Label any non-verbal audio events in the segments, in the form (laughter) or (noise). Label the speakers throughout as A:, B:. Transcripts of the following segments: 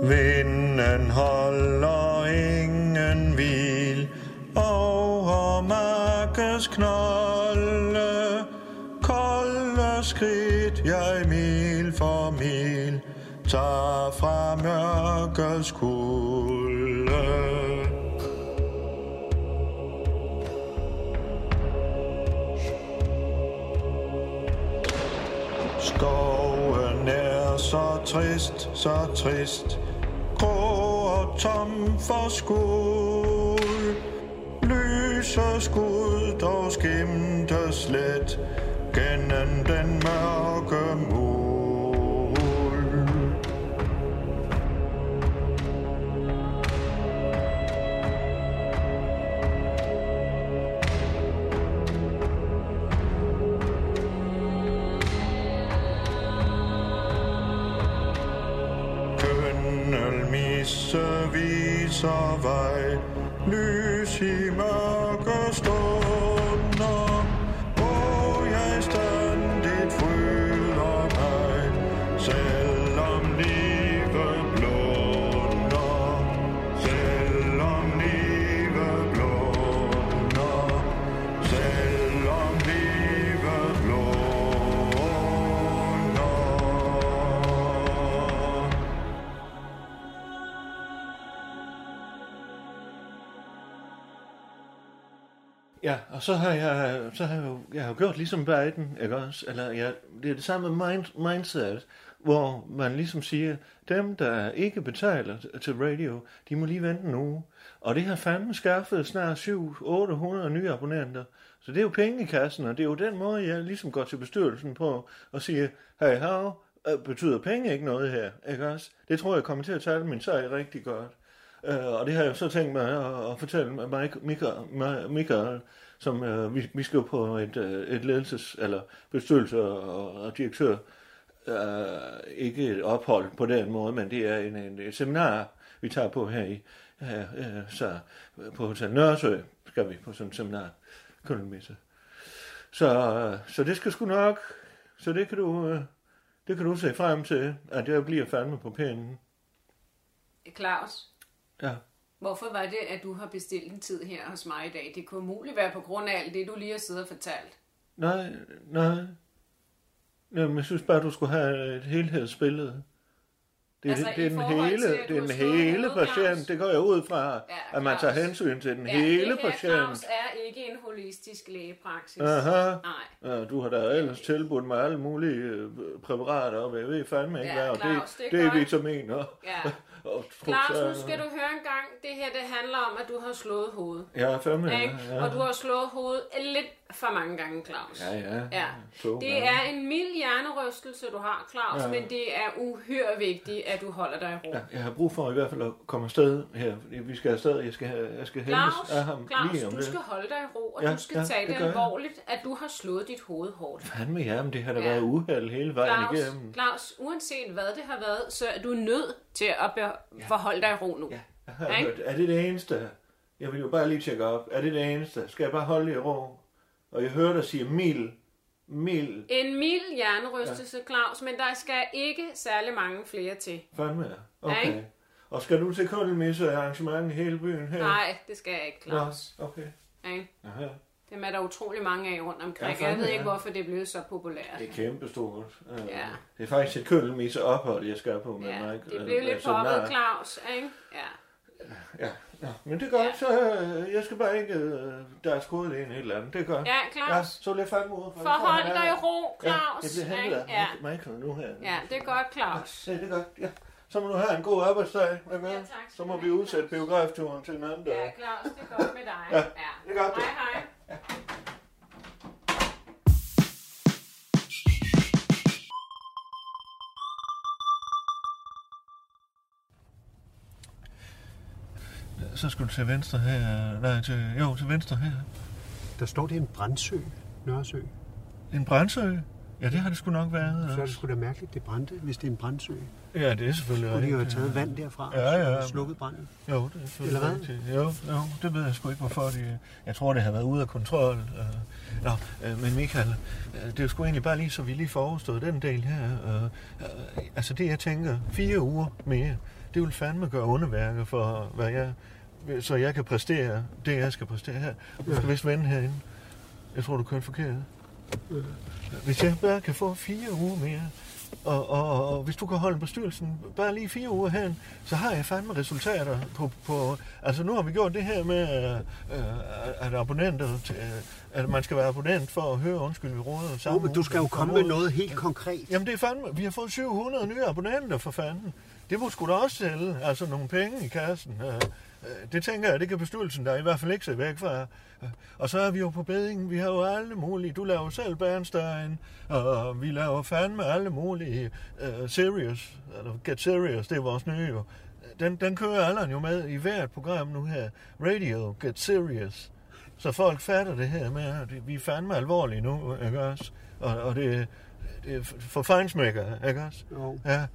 A: Vinden holder ingen hvil over markes knolde. Kolde skridt jeg mil for mil tager fra mørkets kulde. Skoven er så trist, så trist Grå og tom for skud Lyse skud dog skimtes let Gennem den mørke mul Kønnel misse viser vej, lys i mørke stunder, hvor jeg stændigt fryder mig, selvom livet blunder, selvom livet blunder, selvom livet blunder.
B: Ja, og så har jeg, så har jeg, jo, jeg har jo gjort ligesom Biden, ikke også? Eller jeg, det er det samme mind, mindset, hvor man ligesom siger, dem, der ikke betaler t- til radio, de må lige vente en uge. Og det har fandme skaffet snart 700-800 nye abonnenter. Så det er jo penge i kassen, og det er jo den måde, jeg ligesom går til bestyrelsen på og siger, hey, hav, øh, betyder penge ikke noget her, ikke også? Det tror jeg kommer til at tale min sag rigtig godt. Øh, og det har jeg så tænkt mig at, at fortælle med Mike, Michael, Ma- Michael som øh, vi, vi skal jo på et, øh, et ledelses- eller bestyrelse og, og direktør. Øh, ikke et ophold på den måde, men det er en, en, et seminar, vi tager på her i her, øh, så på Hotel Nørresø skal vi på sådan et seminar. Kølenmesse. Så, øh, så det skal sgu nok. Så det kan du, øh, det kan du se frem til, at jeg bliver fandme på pinden.
C: Øh, Claus,
B: Ja.
C: hvorfor var det, at du har bestilt en tid her hos mig i dag? Det kunne muligt være på grund af alt det, du lige har siddet og fortalt.
B: Nej, nej. Jamen, jeg synes bare, du skulle have et helhedsbillede. Det,
C: Altså,
B: altså, det,
C: i
B: er den
C: forhold
B: hele,
C: til, at
B: det
C: du
B: er den
C: har slået
B: hele
C: hovedet, Claus.
B: patient. Det går jeg ud fra,
C: Ja,
B: ja, at man tager
C: Claus.
B: hensyn til den ja,
C: det
B: hele
C: her, Claus,
B: patient.
C: er ikke en holistisk lægepraksis.
B: Aha.
C: Nej.
B: Ja, du har da ellers tilbudt mig alle mulige øh, præparater, og jeg ved fandme ikke,
C: Ja,
B: hvad og
C: Claus, det er
B: det, det er
C: godt.
B: vitaminer. (laughs)
C: Ja.
B: Og
C: Claus, nu
B: frugtager.
C: skal du høre en gang. Det her, det handler om, at du har slået hovedet.
B: Ja, fandme. Ja,
C: Ikke?
B: ja.
C: Og du har slået hovedet lidt for mange gange, Claus.
B: Ja, ja.
C: Ja.
B: To
C: Det
B: gange.
C: er en mild hjernerystelse, du har, Claus, ja.
B: Ja.
C: men det er uhyre vigtigt, at du holder dig i ro.
B: Ja, jeg har brug for i hvert fald at komme afsted her. fordi Vi skal afsted, jeg skal, have- jeg skal
C: Claus,
B: hentes af ham
C: Claus
B: lige om
C: du
B: lidt.
C: skal holde dig i ro, og ja,
B: Ja,
C: du skal ja,
B: ja,
C: tage det,
B: det
C: det
B: gør jeg.
C: alvorligt, at du har slået dit hoved hårdt.
B: Fandme ja, men det har da
C: Ja.
B: ja. været uheld hele vejen
C: Claus,
B: igennem.
C: Claus, uanset hvad det har været, så er du nødt til at be- forholde dig i ro nu. Ja.
B: Jeg har
C: ikke?
B: hørt, er det det eneste? Jeg vil jo bare lige tjekke op. Er det det eneste? Skal jeg bare holde i ro? Og jeg hører dig sige mil. Mil.
C: En mild hjernerystelse, ja. Claus, men der skal ikke særlig mange flere til.
B: Fandme ja.
C: Ja,
B: Okay.
C: ikke?
B: Og skal du til kundelmisse arrangement i hele byen her?
C: Nej, det skal jeg ikke, Claus.
B: Nå, okay.
C: Ikke?
B: Aha.
C: Dem er der utrolig mange af rundt omkring.
B: Ja,
C: jeg ved
B: fandme,
C: ikke,
B: ja.
C: hvorfor det er blevet så populært.
B: Det er kæmpestort. Øh,
C: Ja.
B: Det er faktisk et kundelmisse ophold, jeg skal på øh, med
C: Ja,
B: mig.
C: det blev
B: altså,
C: lidt poppet, Claus. Ikke? Ja.
B: Ja, Nå, men det er godt,
C: Ja.
B: ja. så øh, jeg skal bare ikke, øh, der er skudt en eller anden, det er godt.
C: ja,
B: ja
C: Claus.
B: så vil jeg fandme ud. for-
C: Forhold dig i ro,
B: Ja,
C: Claus.
B: jeg bliver hentet
C: ikke?
B: af
C: ja.
B: Michael nu her.
C: ja, det er godt, Claus.
B: Ja, det er godt, ja. Så må du have en god arbejdsdag, hvad med?
C: Ja, tak skal
B: Så
C: du
B: må vi
C: have,
B: udsætte
C: Claus.
B: biografturen til en anden dag.
C: Ja, Claus, det er godt med dig.
B: Ja,
C: ja.
B: det er godt.
C: Hej, hej.
B: Så skal du til venstre her, nej, til, jo, til venstre her.
D: Der står, det er en brandsø, Nørresø.
B: En brandsø? Ja, det har det sgu nok været.
D: Så er det sgu da mærkeligt, det brændte, hvis det er en brandsø.
B: Ja, det er selvfølgelig
D: Og de har jo taget vand derfra
B: Ja, ja.
D: og slukket branden.
B: Jo, det er selvfølgelig
D: Eller hvad?
B: rigtigt. Jo, jo, det ved jeg sgu ikke, hvorfor de... Jeg tror, det har været ude af kontrol. øh, Nå, øh, men Michael, øh, det er jo sgu egentlig bare lige, så vi lige får overstået den del her. Øh, øh, altså det, jeg tænker, fire uger mere, det vil fandme gøre underværker for, hvad jeg, så jeg kan præstere det, jeg skal præstere her. Du skal vist vende herinde. Jeg tror, du kørte forkert. Øh, Hvis jeg bare kan få fire uger mere, og, og, og, og hvis du kan holde bestyrelsen bare lige fire uger hen, så har jeg fandme resultater på... på altså nu har vi gjort det her med, øh, øh, at, abonnenter til, øh, at man skal være abonnent for at høre undskyld, vi råder
D: Jo,
B: sammen.
D: men du skal jo komme med noget helt konkret.
B: Jamen det er fandme, vi har fået 700 nye abonnenter for fanden. Det må sgu da også sælge, altså nogle penge i kassen. Øh, øh, Det tænker jeg, det kan bestyrelsen der i hvert fald ikke se væk fra. Øh, Og så er vi jo på bedingen, vi har jo alle mulige. Du laver selv Bernstein, og vi laver fandme alle mulige. Uh, serious, eller Get Serious, det er vores nye jo. Den, den kører Allan jo med i hvert program nu her. Radio, Get Serious. Så folk fatter det her med, at vi er fandme alvorlige nu, ikke også? Og, og det, det er for fejnsmækker, ikke også?
D: Jo.
B: Ja,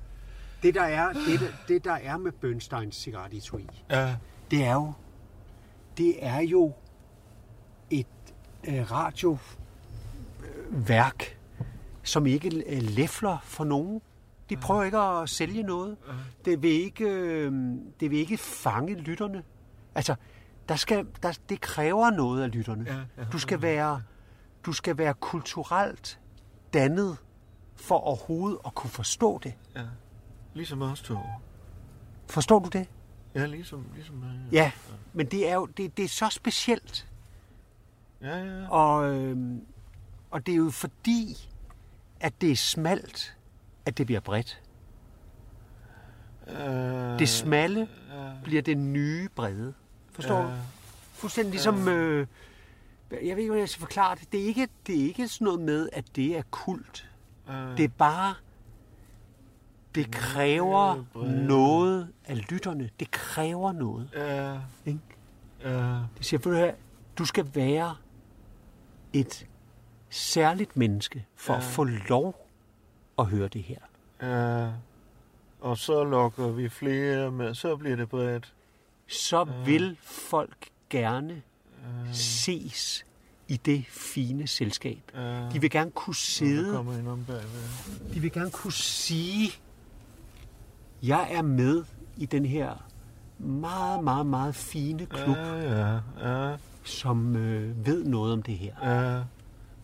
D: Det, der er, det, der, det, der er med Bernsteins cigaretitui,
B: ja,
D: det er jo, det er jo et øh, radioværk, som ikke øh, læfler for nogen. De prøver ikke at sælge noget. Det vil ikke, øh, det vil ikke fange lytterne. Altså, der skal, der, det kræver noget af lytterne. Du skal være, du skal være kulturelt dannet for overhovedet at kunne forstå det.
B: ja. Ligesom os to.
D: Forstår du det?
B: Ja, ligesom, ligesom øh,
D: Ja, men det er jo det, det er så specielt.
B: Ja, ja.
D: Og, øhm, og det er jo fordi, at det er smalt, at det bliver bredt.
B: Øh,
D: Det smalle bliver det nye brede. Forstår du? Fuldstændig ligesom... Øh, jeg ved ikke, hvordan jeg skal forklare det. Det er, ikke, det er ikke sådan noget med, at det er kult. Det er bare... Det kræver noget af lytterne. Det kræver noget.
B: Ja,
D: Ikke?
B: ja,
D: Det siger, for du, her, du skal være et særligt menneske for ja. at få lov at høre det her.
B: ja. Og så lokker vi flere med, så bliver det bredt.
D: Så ja. vil folk gerne ja. ses i det fine selskab. Ja.
B: Ja,
D: De vil gerne kunne
B: der
D: sidde,
B: kommer en om bagved.
D: de vil gerne kunne sige, jeg er med i den her meget, meget, meget fine klub, ja.
B: Ja, ja, ja,
D: som øh, ved noget om det her.
B: ja.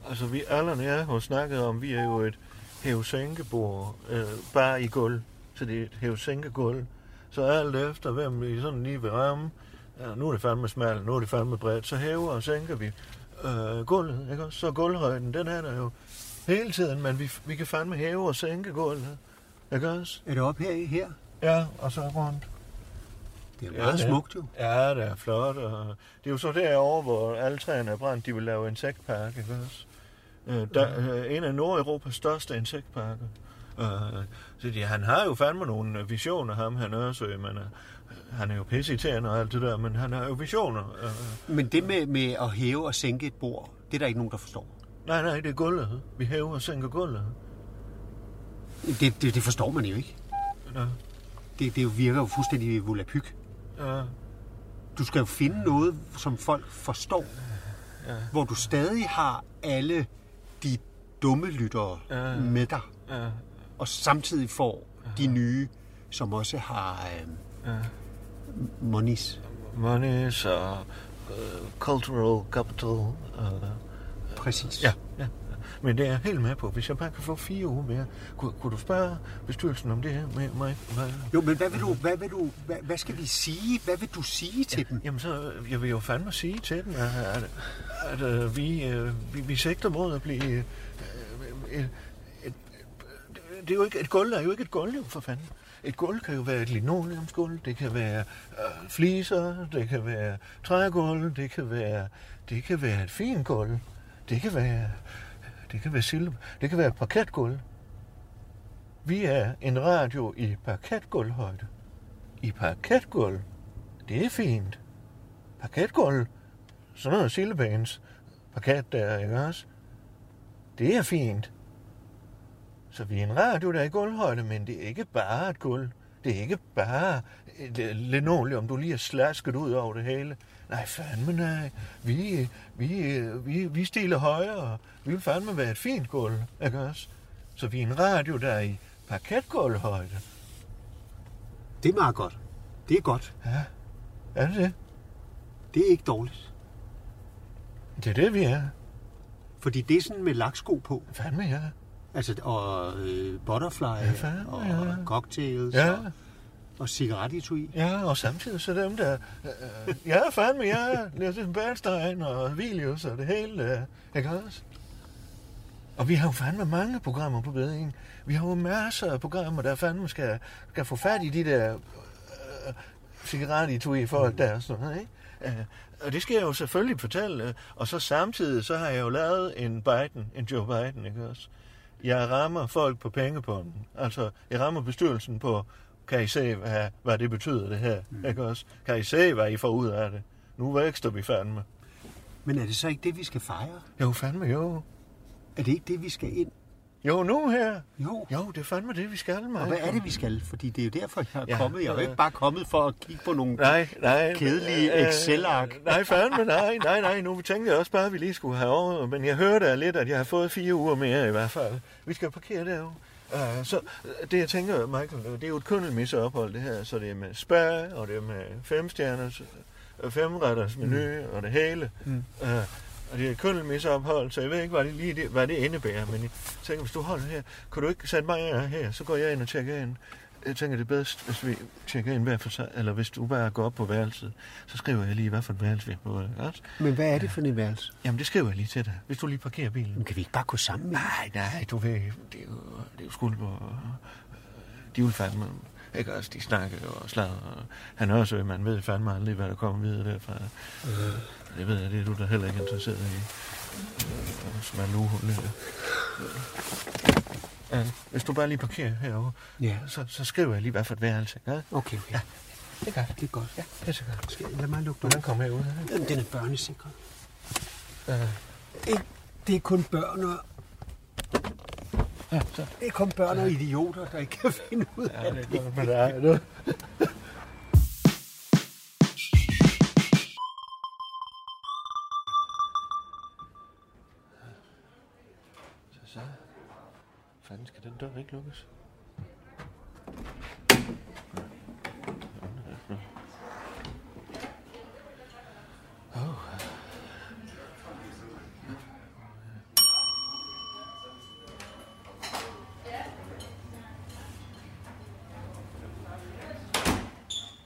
B: Altså, vi Allan og jeg har jo snakket om, vi er jo et hævesænkebord, øh, bare i gulv. Så det er et hævesænkegulv. Så alt efter, hvem vi sådan lige vil ramme, ja, nu er det fandme smalt, nu er det fandme bredt, så hæver og sænker vi øh, gulvet, ikke også? Så gulvhøjden, den er der jo hele tiden, men vi, vi kan fandme hæve og sænke gulvet, ikke også?
D: Er det op her? her?
B: Ja, og så rundt.
D: Det er
B: Ja, ja. Ja, det er flot. Og det er jo så derovre, hvor alle træerne er brændt. De vil lave insektpark, ikke også? Øh, Der, øh, en af Nordeuropas største insektparker. Øh, Så de, han har jo fandme nogle visioner, ham han Øresø, men øh, han er jo pisseirriterende og alt det der, men han har jo visioner. Øh,
D: Men det med, med at hæve og sænke et bord, det er der ikke nogen, der forstår.
B: Nej, nej, det er gulvet. Vi hæver og sænker gulvet.
D: Det, det, det forstår man jo ikke.
B: Nå,
D: Det, det virker jo fuldstændig volapyk.
B: ja,
D: Du skal jo finde noget, som folk forstår. Ja. Hvor du stadig har alle de dumme lyttere ja. med dig.
B: ja,
D: Og samtidig får de nye, som også har øh,
B: ja.
D: monies.
B: Monies og øh, cultural capital. Øh.
D: Præcis.
B: Ja, ja. Men det er jeg helt med på. Hvis jeg bare kan få fire uger mere, kunne, kunne du spørge bestyrelsen om det her med mig? mig?
D: Jo, men hvad vil du, hvad vil du, hvad, hvad skal vi sige? Hvad vil du sige til dem?
B: Jamen så, øh, jeg vil jo fandme sige til dem, at, at, at, øh, vi, øh, vi, vi sigter mod at blive... øh, øh, et- et- det er jo ikke, et gulv er jo ikke et gulv, jo, for fanden. Et gulv kan jo være et linoleumsgulv, det kan være øh, fliser, det kan være trægulv, det kan være, det kan være et fint gulv, det kan være, det kan være silver, det kan være et parketgulv. Vi er en radio i parketgulvhøjde. I parketgulv. Det er fint. Parketgulv. Sådan noget sildebanes. Parket der, ikke også? Det er fint. Så vi er en radio, der er i gulvhøjde, men det er ikke bare et gulv. Det er ikke bare et øh, linoleum, du lige har slasket ud over det hele. Nej, fandme nej. Vi, øh, vi, øh, vi, vi stiller højere. Vi vil fandme være et fint gulv, ikke også? Så vi er en radio, der er i parketgulvhøjde.
D: Det er meget godt. Det er godt.
B: Ja, er det det?
D: Det er ikke dårligt.
B: Det er det, vi er.
D: Fordi det er sådan med laksko på.
B: Fandme ja.
D: Altså, og øh, butterfly
B: fandme,
D: og
B: ja.
D: cocktails
B: Ja.
D: og, og cigarettetui.
B: Ja, og samtidig så dem der... Øh, ja, fandme ja. Lidt Bernstein og Vilius og det hele, øh, ikke også? Og vi har jo fandme mange programmer på bedringen. Vi har jo masser af programmer, der fandme skal, skal få fat i de der øh, cigarettetui folk der og sådan noget, ikke? Øh, Og det skal jeg jo selvfølgelig fortælle. øh, Og så samtidig, så har jeg jo lavet en Biden, en Joe Biden, ikke også? Jeg rammer folk på pengepunkten. Altså, jeg rammer bestyrelsen på, kan I se, hvad, hvad det betyder, det her, mm. ikke også? Kan I se, hvad I får ud af det? Nu vækster vi fandme.
D: Men er det så ikke det, vi skal fejre?
B: Jo, fandme jo.
D: Er det ikke det, vi skal ind?
B: Jo, nu her.
D: Jo.
B: Jo, det er fandme det, vi skal, med.
D: Og hvad er det, vi skal? Fordi det er jo derfor, jeg er
B: Ja,
D: kommet. Jeg er jo
B: ja.
D: ikke bare kommet for at kigge på nogle...
B: Nej, nej.
D: Kedelige
B: Øh,
D: Excel-ark.
B: Nej, fandme nej, nej, nej. Nu tænkte jeg også bare, at vi lige skulle herover, men jeg hørte da lidt, at jeg har fået fire uger mere i hvert fald. Vi skal parkere derovre. Uh, så øh, det jeg tænker, Michael, det er jo et kønnet ophold det her, så det er med spa, og det er med femstjerners, øh, femretters menu mm. og det hele. Mm. Uh, og det er et kønnet ophold, så jeg ved ikke, hvad det, lige det, hvad det indebærer, men jeg tænker, hvis du holder her, kunne du ikke sætte mig af her, så går jeg ind og tjekker ind. Jeg tænker, det er bedst, hvis vi tjekker ind hver for sig, eller hvis du bare går op på værelset, så skriver jeg lige, hvad for et værelse vi har på. ikke også?
D: Men hvad er det for en værelse?
B: Jamen, det skriver jeg lige til dig, hvis du lige parkerer bilen.
D: Men kan vi ikke bare gå sammen?
B: Nej, nej, du ved, det er jo, det er jo skulper. og, øh, De vil fandme, ikke også, de snakker jo og slader. Og han er også, man ved fandme aldrig, hvad der kommer videre derfra. Øh. Det ved jeg, det er du da heller ikke interesseret i. Øh, Som er nu, hun øh. Øh, Hvis du bare lige parkerer herovre,
D: Ja.
B: så, så skriver jeg lige, hvad for et værelse. Ja,
D: Okay, okay. Ja,
B: det gør jeg.
D: det er godt. Ja.
B: Det er så godt.
D: Skal jeg lade mig lukke dig
B: Hvordan kom Øh. jeg ud af det?
D: Jamen, den er børnesikret. Ikke, det er kun børn og... Det er kun børn og idioter, der ikke kan finde ud af det.
B: er godt med dig, du. Så, så. Fanden, skal den dør ikke lukkes?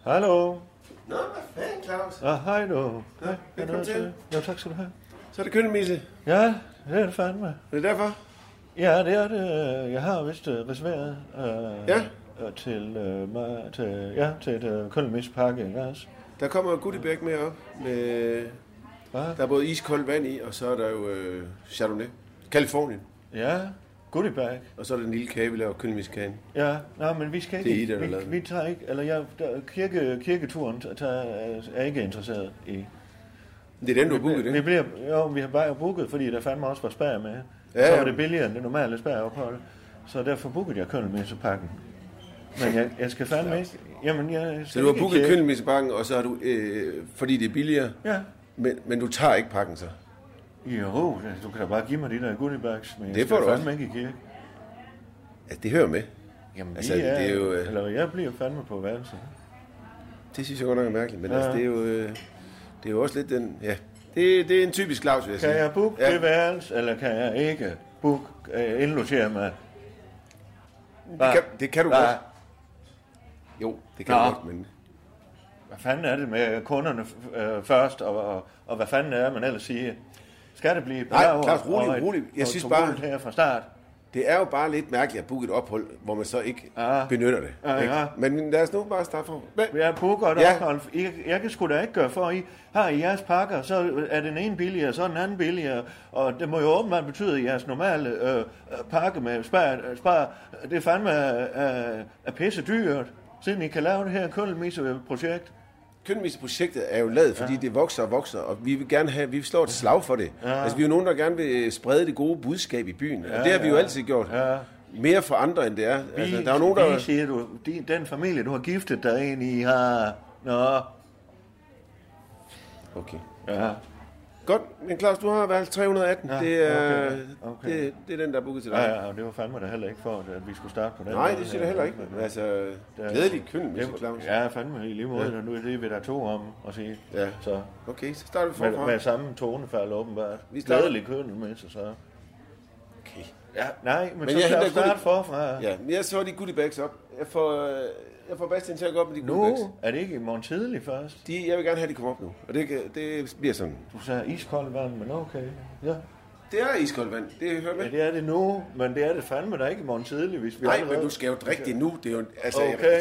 B: Hallo?
E: Nå, hvad fanden, Claus?
B: Ah, hej nu. Hej,
E: velkommen
B: noget
E: til.
B: Jo, tak skal du have.
E: Så er det kønmisse.
B: Ja, det er det fandme.
E: Er det derfor?
B: Ja, det er det. Jeg har vist øh, reserveret øh,
E: Ja.
B: øh, til, øh, mig- til, ja, til et øh, kolonist pakke, ikke også?
E: Der kommer jo Goodiebag med op. Med,
B: Hvad?
E: der er både iskoldt vand i, og så er der jo øh, Chardonnay. Kalifornien.
B: Ja, goodie bag.
E: Og så er der den lille kage, vi laver kønmiskagen.
B: Ja, nej, men vi skal
E: Det er
B: ikke...
E: I, der har lavet
B: vi,
E: den.
B: vi tager ikke... Eller jeg, der, kirke, kirketuren t- tager, er ikke interesseret i.
E: Det er den, du har booket,
B: Vi
E: ikke?
B: bliver, jo, vi har bare booket, fordi der fandme også var spær med.
E: Ja,
B: så
E: ja.
B: var det billigere end det normale spærophold. Så derfor bookede jeg køndelmissepakken. Men jeg, jeg skal fandme ikke... Jamen, jeg
E: Så du har booket kønmissepakken, og så har du, øh, fordi det er billigere.
B: Ja.
E: Men, men du tager ikke pakken så.
B: Jo, du kan da bare give mig de der goodiebags, men jeg
E: Det
B: skal
E: får du
B: fandme ikke i kirke.
E: Altså, det hører med.
B: Jamen,
E: Altså,
B: vi er,
E: det er jo, øh,
B: Eller jeg bliver fandme på værelset.
E: Det synes jeg godt nok er mærkeligt, men
B: Ja.
E: ja. altså, det er jo... Øh, det er jo også lidt den... Ja, det, det er en typisk Claus, vil jeg
B: Kan
E: sige.
B: jeg booke ja.
E: ja.
B: det værelse, eller kan jeg ikke booke, øh, indlogere mig?
E: Det kan, det kan du
B: Hva?
E: godt. Jo, det kan
B: Nå.
E: du godt, men...
B: Hvad fanden er det med kunderne øh, først, og, og, og hvad fanden er man ellers siger? Skal det blive
E: Nej,
B: Blau
E: Claus,
B: og-
E: rolig,
B: og et-
E: rolig. Jeg
B: og
E: synes
B: to
E: bare-
B: gult her fra start.
E: Det er jo bare lidt mærkeligt at booke et ophold, hvor man så ikke
B: Ja.
E: benytter det.
B: Ja,
E: ikke?
B: ja.
E: Men lad os nu bare starte fra. Hvad?
B: Jeg booker et
E: Ja.
B: ophold. Jeg, jeg kan sgu da ikke gøre for, at I har i jeres pakker, så er den ene billigere, så er den anden billigere. Og det må jo åbenbart betyde, at jeres normale øh, øh, pakke med spar, øh, spar det er fandme øh, øh, er pisse dyrt, siden I kan lave det her kulmisse-projekt.
E: Kønviseprojektet er jo lavet, fordi ja. det vokser og vokser, og vi vil gerne have, vi slår et slag for det. Ja. Altså, vi er jo nogen, der gerne vil sprede det gode budskab i byen, ja, og det har vi jo altid gjort.
B: Ja.
E: Mere for andre, end det er.
B: Vi,
E: altså, der er jo nogen, der...
B: vi siger du, de, den familie, du har giftet dig ind i, har... Nå,
E: Okay.
B: Ja.
E: Godt, men Claus, du har valgt 318. Ja, det, er,
B: okay, okay.
E: Det, det er den, der er booket til dig.
B: Ja, ja, og det var fandme da heller ikke for, at- at vi skulle starte på den
E: Nej,
B: måde
E: det
B: her.
E: siger jeg heller ikke.
B: Men, øh,
E: Altså,
B: der-
E: glædelig køn,
B: det-
E: Mr. Claus.
B: Ja, fandme i lige måde, og nu er det, vi der to om at sige.
E: Ja.
B: Så
E: Okay, så starter vi
B: med,
E: forfra.
B: med samme tonefald åbenbart.
E: Vi
B: Vi
E: starter-
B: Glædelig køn, med sig så.
E: Okay.
B: Ja, nej, men, men så
E: jeg
B: skal
E: henter
B: jeg starte
E: guld-
B: forfra. Ja.
E: Ja, men jeg så de goodie bags op. Jeg får, øh, jeg får Bastian til at gå op med de
B: Nu
E: goodie bags.
B: er det ikke i morgen tidlig først.
E: De, jeg vil gerne have, at de kommer op nu. Og det, kan- det bliver sådan.
B: Du sagde iskold vand, men okay. Ja.
E: Det er iskoldt vand. Det hører med.
B: ja, det er det nu, men det er det fandme da ikke i morgen tidlig, hvis vi
E: Nej,
B: allerede-
E: men du skal jo drikke det nu. Det er jo, altså, jeg-
B: Okay.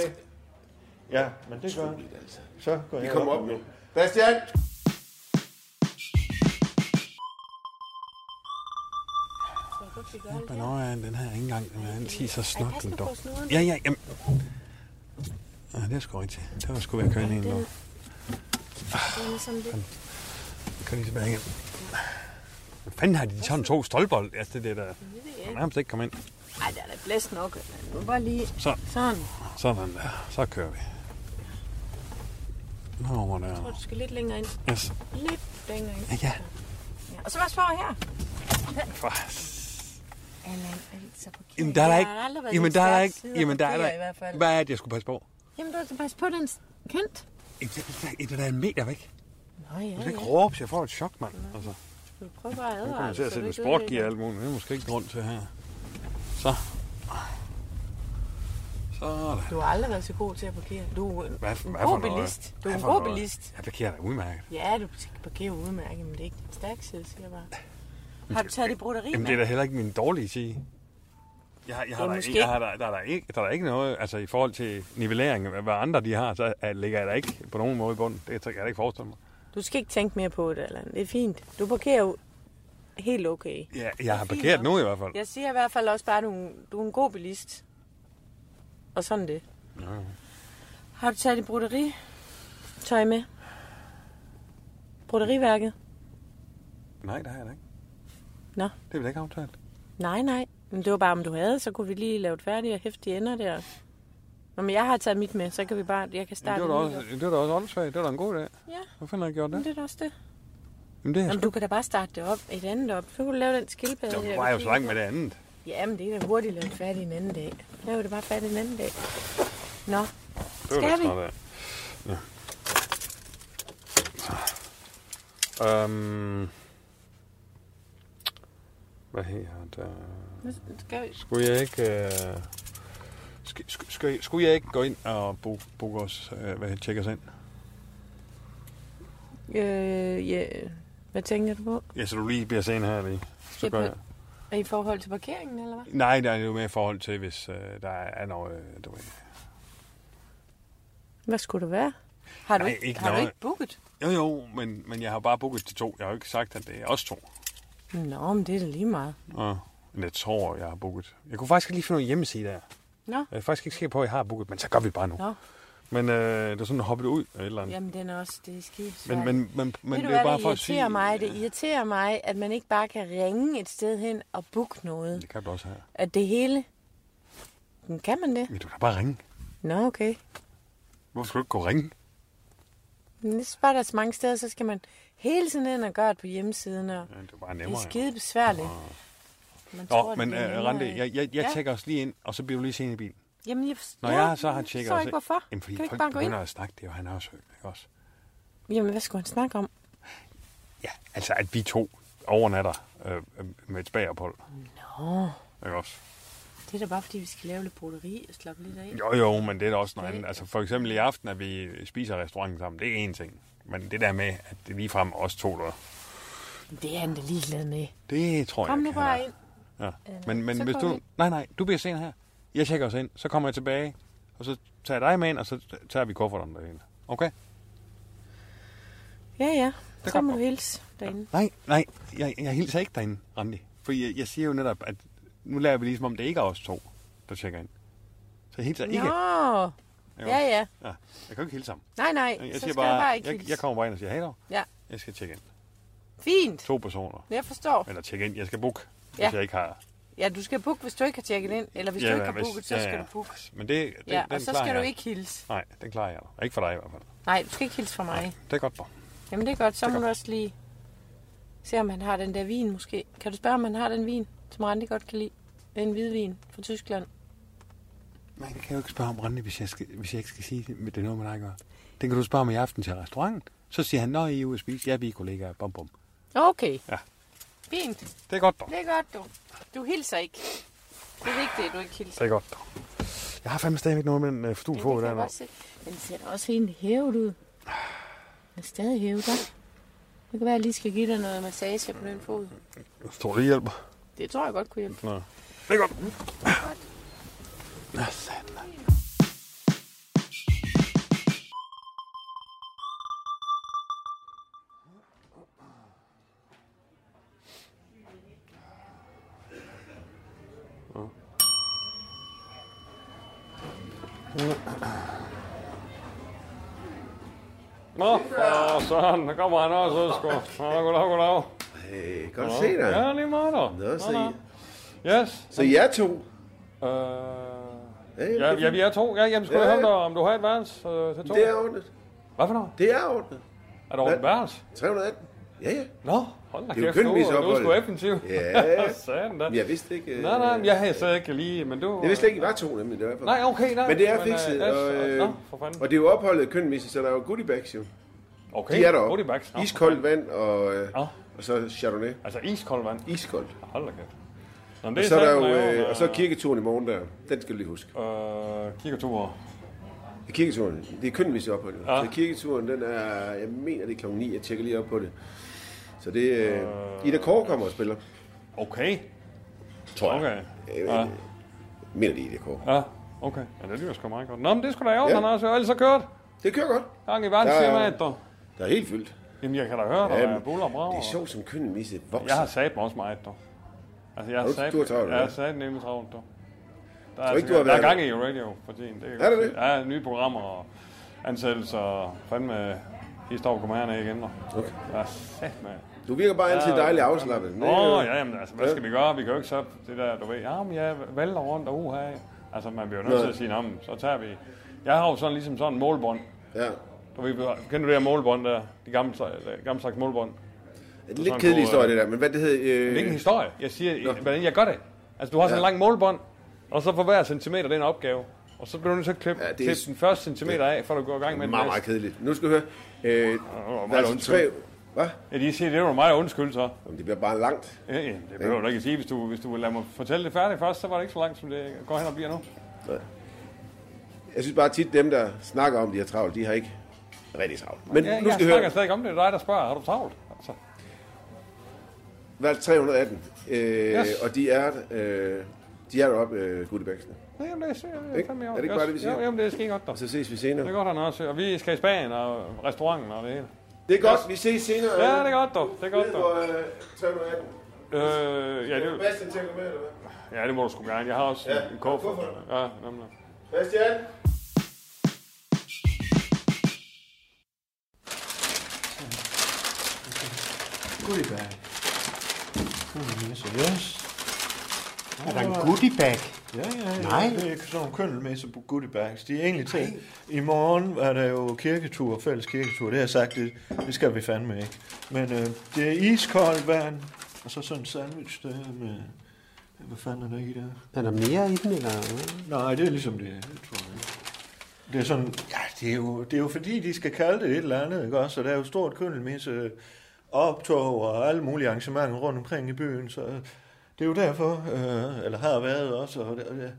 B: Ja, men det gør
E: Utroligt, altså.
B: Så går
E: Vi
B: jeg
E: kommer
B: op
E: op nu. Bastian!
A: Hvornår er den her ikke engang? Den er en teaser snot, den dog. Ja, ja, jamen. Ja, Ah, det er sgu rigtigt. Det var sgu ved at køre ind i en nu.
F: ligesom
A: Kør lige tilbage igen. Hvad fanden har de sådan to stolper? Altså, det, er det der... Man nærmest ikke komme ind.
F: Nej, det er da blæst nok. Nu bare lige
A: Så,
F: sådan.
A: sådan der. Så kører vi. Nå, hvor
F: Tror
A: der.
F: du skal lidt længere ind.
A: Yes.
F: Lidt længere ind.
A: Ja,
F: Ja. Og så bare spørge her.
A: for...
F: Allan, er det ikke så parkeret?
A: Jamen, der er der ikke...
F: Jeg har aldrig været
A: Jamen,
F: lidt
A: der er der
F: stærk
A: ikke...
F: side at
A: Jamen, der er der
F: parkere i hvert
A: ikke...
F: fald.
A: Hvad er det, jeg skulle passe på?
F: Jamen, du skal passe på den s- kendt.
A: Jamen, der- der- der er en meter væk.
F: Nå ja,
A: Du skal ikke
F: ja.
A: råbe, så jeg får et chok, mand. Altså,
F: Du prøver bare at
A: nu kommer
F: advare.
A: jeg til at sætte
F: så du
A: en
F: ikke
A: sportgear og
F: ødelægger.
A: alt muligt. Det er måske ikke grund til her. Så. Sådan.
F: Du har aldrig været så god til at parkere. Du er en,
A: Hvad,
F: en
A: hvad for
F: god
A: noget?
F: bilist. Du er
A: Hvad
F: en
A: for
F: god
A: noget?
F: bilist.
A: Jeg parkerer dig udmærket.
F: Ja, du skal parkere udmærket, men det er ikke din stærke side, siger jeg bare. Har du taget det broderi
A: Jamen, det er da heller ikke min dårlige side. Jeg, har- jeg har
F: Ja,
A: der,
F: måske
A: ikke, jeg har der, der, er der, ikke, der er der ikke noget, altså i forhold til nivellering, hvad, hvad andre de har, så er- ligger jeg da ikke på nogen måde i bunden. Det kan jeg da ikke forestille mig.
F: Du skal ikke tænke mere på det, Allan. Det er fint. Du parkerer jo helt okay.
A: Ja, jeg har
F: fint
A: parkeret
F: nok.
A: nu i hvert fald.
F: Jeg siger i hvert fald også bare, at du, er en- du er en god bilist. Og sådan det. Har du taget dit broderi tøj med? Broderiværket?
A: Nej, det har jeg da ikke.
F: Nå,
A: Det er vi da ikke aftalt.
F: nej, nej. Men det var bare, om du havde, så kunne vi lige lave det færdigt og hæfte de ender der. Nå, men jeg har taget mit med, så kan vi bare, jeg kan
A: Men
F: starte.
A: det var da
F: en ny
A: også, det var da også åndssvagt. Det var da en god dag.
F: op. Ja,
A: Hvorfor har jeg gjort
F: men
A: det?
F: det er da også det.
A: Jamen, det er jeg
F: Jamen, du kan da bare starte det op, et andet op. Så kan du lave den skildpadde.
A: Nå,
F: der,
A: du var jo
F: du
A: så langt med det andet.
F: Ja, men det er da hurtigt lavet færdigt en anden dag. Lav det bare færdigt en anden dag. Nå,
A: Det var
F: skal vi?
A: da snart af. Ja. Øhm, hvad her der?
F: Nu Skal vi?
A: Skulle jeg ikke... Øh, sk- sk- sk- skulle jeg ikke gå ind og bo- booke os, øh, hvad tjekke os ind?
F: Øh, ja. Hvad tænker du på?
A: Ja, så du lige bliver sen her lige. Så
F: Skal
A: gør
F: på-
A: jeg.
F: Er I forhold til parkeringen, eller hvad?
A: Nej, der er jo mere i forhold til, hvis øh, der er noget... Øh, du ved.
F: Hvad skulle det være? Har du,
A: Nej,
F: ikke,
A: ikke
F: har du
A: noget.
F: ikke booket?
A: Jo, jo, men, men jeg har bare booket til to. Jeg har jo ikke sagt, at det er os to.
F: Nå, men det er da lige meget.
A: Og jeg tror, jeg har booket. Jeg kunne faktisk ikke lige finde nogen hjemmeside der.
F: Nå,
A: Jeg er faktisk ikke sikker på, at jeg har booket, men så gør vi det bare nu.
F: nå.
A: Men øh, det er sådan, at hoppe det ud eller et eller andet.
F: Jamen, den er også, det er skidt.
A: men, men, men, men
F: Ved
A: det
F: du,
A: er jo
F: hvad
A: bare
F: det
A: for at
F: irriterer
A: sige...
F: mig? Det irriterer mig, at man ikke bare kan ringe et sted hen og booke noget.
A: Det kan du også have.
F: At det hele... Men Kan man det?
A: Men du kan da bare ringe.
F: Nå, okay.
A: Hvorfor skal du ikke gå og ringe?
F: Men det er bare, der er så mange steder, så skal man hele tiden ind og gøre det på hjemmesiden. Og
A: Ja, det er bare
F: det er
A: nemmere.
F: skide besværligt. Man
A: Nå,
F: det
A: men
F: bliver
A: øh,
F: nemmere,
A: Randi,
F: ikke?
A: jeg, jeg, jeg
F: Ja.
A: tjekker os lige ind, og så bliver du lige sen i bilen.
F: Jamen, jeg,
A: Når
F: ja,
A: jeg så har tjekket os
F: Jeg forstår ikke, hvorfor.
A: Jamen, fordi
F: kan du
A: folk
F: ikke bare gå ind?
A: begynder at snakke, det er jo han også hørt, ikke også?
F: Jamen, hvad skulle han snakke om?
A: Ja, altså at vi to overnatter øh, øh, med et spagerophold.
F: Åh,
A: Ikke også?
F: det er da bare, fordi vi skal lave lidt broderi og slappe lidt af.
A: Jo, jo, men det er da også noget andet. Altså for eksempel i aften, at vi spiser i restauranten sammen, det er en ting. Men det der med, at det ligefrem os to der,
F: Det er han da ligeglad med.
A: det tror
F: Kom
A: jeg
F: nu
A: ikke,
F: bare
A: han er.
F: ind. Øh,
A: Ja. Men, men
F: så
A: hvis
F: går
A: du...
F: vi.
A: Nej, nej, du bliver sen her. Jeg tjekker os ind, så kommer jeg tilbage, og så tager jeg dig med ind, og så tager vi kufferten derinde. Okay?
F: Ja, ja. Så
A: godt.
F: må du hilse derinde.
A: Nej, nej, jeg, jeg hilser ikke derinde, Randi. For jeg, jeg siger jo netop, at nu laver vi ligesom om, det ikke er os to, der tjekker ind. Så jeg hilser ikke.
F: Nå,
A: Ikke
F: ja,
A: også?
F: ja.
A: ja. Jeg kan jo ikke hilse ham.
F: Nej, nej.
A: Jeg
F: så
A: siger
F: skal jeg bare ikke
A: jeg,
F: hilse.
A: jeg kommer bare ind og siger, hey dog,
F: Ja,
A: jeg skal tjekke ind.
F: fint.
A: To personer.
F: Jeg forstår.
A: Eller tjekke ind. Jeg skal booke, hvis
F: Ja.
A: jeg ikke har...
F: Ja, du skal booke, hvis du ikke har tjekket ind. Eller hvis du ikke har booket, så skal du booke.
A: Men det, det
F: Ja,
A: den
F: og så
A: klarer
F: skal du
A: jeg.
F: ikke hilse.
A: Nej, den klarer jeg. Ikke for dig i hvert fald.
F: Nej, du skal ikke hilse fra mig.
A: Det er godt, dog.
F: Jamen det er godt, så må du også lige se, om han har den der vin måske. Kan du spørge, om han har den vin, som Randi godt kan lide? En hvidvin fra Tyskland.
G: Man kan jo ikke spørge om Randi, hvis jeg, skal, hvis jeg ikke skal sige det, men det er noget, man ikke gør. Den kan du spørge om i aften til restauranten. Så siger han, når I er ude at spise, ja, vi er kollegaer, bum bum.
F: Okay.
G: Ja.
F: Fint.
G: Det er godt, dog.
F: Det er godt, du. Du hilser ikke. Det er vigtigt, at du ikke hilser.
G: Det er godt, dog.
H: Jeg har fandme stadigvæk noget med en øh, fordul
F: Ja,
H: på
F: det
H: der.
F: kan jeg
H: nå.
F: godt se. Den ser da også helt hævet ud. Den er stadig hævet der. Det kan være, at jeg lige skal give dig noget massage på den fod.
H: Jeg tror, det hjælper.
F: Det tror jeg godt kunne hjælpe.
I: Nå, for søren, der kommer han også, Øsko. Nå, goddag, goddag.
E: Hey, godt Øh, se dig.
I: Ja, lige meget da.
E: Nå, så,
I: Nå, nå.
E: I,
I: Yes.
E: så I er to.
I: Øh,
E: Ja,
I: ja, ja, vi er to. Ja, jamen, skulle
E: Ja,
I: jeg høre
E: ja.
I: dig, om du har et værelse øh, til to?
E: Det er ordnet.
I: Hvad for noget?
E: Det er ordnet.
I: Er der over et
E: Hvad?
I: værelse?
E: 318. Ja, ja.
I: Nå, hold da
E: Det er jo
I: kæft, du,
E: kønvis
I: du er sgu
E: ophold.
I: effektiv. (laughs)
E: Ja.
I: Sådan da.
E: Men Jeg vidste ikke... øh,
I: Nej, nej, men jeg havde så ikke lige, men du...
E: Jeg vidste ikke, I var to, nemlig. Det var
I: Nej, okay, nej.
E: Men det er
I: øh,
E: fikset,
I: yes,
E: og, øh,
I: Nå, for fanden.
E: Og det er jo opholdet kønmæssigt, så der er jo goodie bags, jo.
I: Okay,
E: De er der
I: hurtig
E: også.
I: backs. Nå,
E: Iskoldt vand og, øh,
I: Nå.
E: og så Chardonnay.
I: Altså iskold vand.
E: Iskoldt.
I: Hold da kæft. Nå, men
E: Og
I: det
E: så er der
I: satme
E: jo,
I: i orden,
E: øh, og så er kirketuren i morgen der. Den skal du lige huske.
I: Øh, kigger to år.
E: Kirketuren, det er kønmæssigt ophold, jo.
I: Ja.
E: Så kirketuren, den er, jeg mener, det er klokken 9. Jeg tjekker lige op på det. Så det øh, Ida Kåre kommer og spiller.
I: Okay.
E: Tror jeg.
I: Okay.
E: Øh,
I: Ja.
E: Mener det er Ida Kåre.
I: Ja, okay. Ja, det lyder sgu meget godt. Nå, men det skulle da i orden,
E: Ja.
I: Anders. Jeg har ellers så kørt.
E: Det kører godt.
I: Gang i verden,
E: Ja, ja.
I: siger man, at der...
E: Der er helt fyldt.
I: Jamen, jeg kan da høre, der
E: Jamen,
I: er buller og brager.
E: Det er sjovt, som kønmisse vokser.
I: Jeg har sat mig også meget, dog. Altså, jeg har
E: Har du-
I: sat,
E: du har travlt,
I: jeg har
E: eller
I: sat nemlig travlt, dog. Der er,
E: Tror ikke,
I: altså,
E: du har
I: der
E: været-
I: er gang i radio for tiden. Det
E: Er
I: kan jeg
E: der
I: godt
E: det?
I: se. Ja, nye programmer og ansættelser og fandme historie kommer herned igen. dog.
E: Okay.
I: Ja, sat med.
E: Du virker bare altid
I: Ja,
E: dejlig afslappet. Det er
I: Åh,
E: jo-
I: ja, jamen, altså, hvad skal vi gøre? Vi kan jo ikke så det der, du ved, jamen, jeg vælter rundt og uha. Altså, man bliver jo nødt
E: Nej.
I: til at sige, "Nå, men så tager vi... Jeg har jo sådan ligesom sådan en målbånd.
E: ja.
I: Du ved, kender du det her målbånd der? De gamle, sla- gamle slags målbånd.
E: Det er lidt
I: en
E: kedelig
I: god,
E: historie,
I: øh,
E: det der, men hvad det hedder...
I: Det er ikke en
E: Øh,
I: historie. Jeg siger, hvordan jeg gør det. Altså, du har sådan en
E: Ja.
I: lang målbånd, og så for hver centimeter, det er en opgave. Og så bliver du nødt til at klippe,
E: Ja,
I: ja,
E: det er-
I: klippe den første centimeter af, før du går i gang med den
E: meget, meget
I: næste.
E: kedeligt. Nu skal du høre. Øh,
I: meget
E: der er altså
I: undskyld.
E: tre... Hvad?
I: Ja, de siger, det var mig, der undskyld så.
E: Jamen, det bliver bare langt.
I: Ja, ja, det behøver du ikke at sige. Hvis du, hvis du lader mig fortælle det færdigt først, så var det ikke så langt, som det går hen og bliver nu.
E: Jeg synes bare tit, dem, der snakker om, de har travlt, de har ikke rigtig travlt. Men
I: Ja,
E: nu
I: jeg
E: skal du
I: snakker
E: høre.
I: stadig om det. Det er dig, der spørger, har du travlt? Altså,
E: Hvad er det, 318? Øh,
I: Yes.
E: og de er... Øh, de er deroppe, øh, Gudebæksen.
I: nej, jamen, det er, det
E: Ikke?
I: fandme i
E: Er det
I: orden.
E: ikke bare det, vi
I: Yes.
E: siger?
I: Jo, jamen, det er skide godt, dog.
E: Så ses vi
I: Det er
E: senere.
I: godt, han også. Og vi skal i Spanien og restauranten og det hele.
E: Det er godt, vi ses senere.
I: Ja, det er godt, dog. Det er godt, dog.
E: Nede på, øh, 318.
I: Øh, ja, det,
E: Bastian tænker med, eller hvad?
I: ja, det må du sgu gerne. Jeg har også
E: Ja,
I: en kuffert.
E: kuffert.
I: Ja, nemlig.
E: Bastian?
A: Goodie bag. Køndelmesse, yes.
D: Er der en goodie bag?
A: Ja, ja, ja.
D: Nej.
A: Det er sådan nogle køndelmesse på goodie bags. De er egentlig til. I morgen er der jo kirketur, fælles kirketur. Det har jeg sagt, det, det skal vi fandme ikke. Men øh, det er iskoldt vand, og så sådan en sandwich der med... Hvad fanden er der i der?
D: Er der mere i den, eller hvad?
A: Nej, det er ligesom det, tror jeg. Det er sådan, ja, det er, jo, det er jo fordi, de skal kalde det et eller andet, ikke også? Og der er jo stort køndelmisse optog og alle mulige arrangementer rundt omkring i byen, så det er jo derfor, øh, eller har været også, og, det, og det,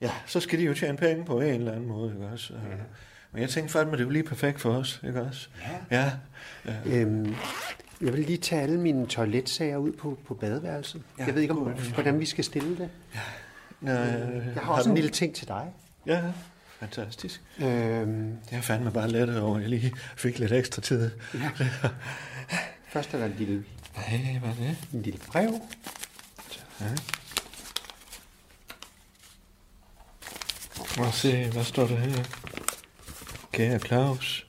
A: ja, så skal de jo tjene penge på en eller anden måde, ikke også? Ja. Men jeg tænkte faktisk, at det var lige perfekt for os, ikke også? Ja. ja.
D: Øhm, jeg vil lige tage alle mine toiletsager ud på, på badeværelset. Ja, jeg ved ikke, om, hvordan vi skal stille det.
A: Nå, øh,
D: Jeg har også
A: du-
D: en lille ting til dig.
A: Ja, fantastisk.
D: Øhm,
A: Det er fandme bare lettet over, at jeg lige fik lidt ekstra tid.
D: først er der en lille,
A: Nej, hvad er det?
D: en lille brev.
A: Lad os se, hvad står der her? Kære Claus,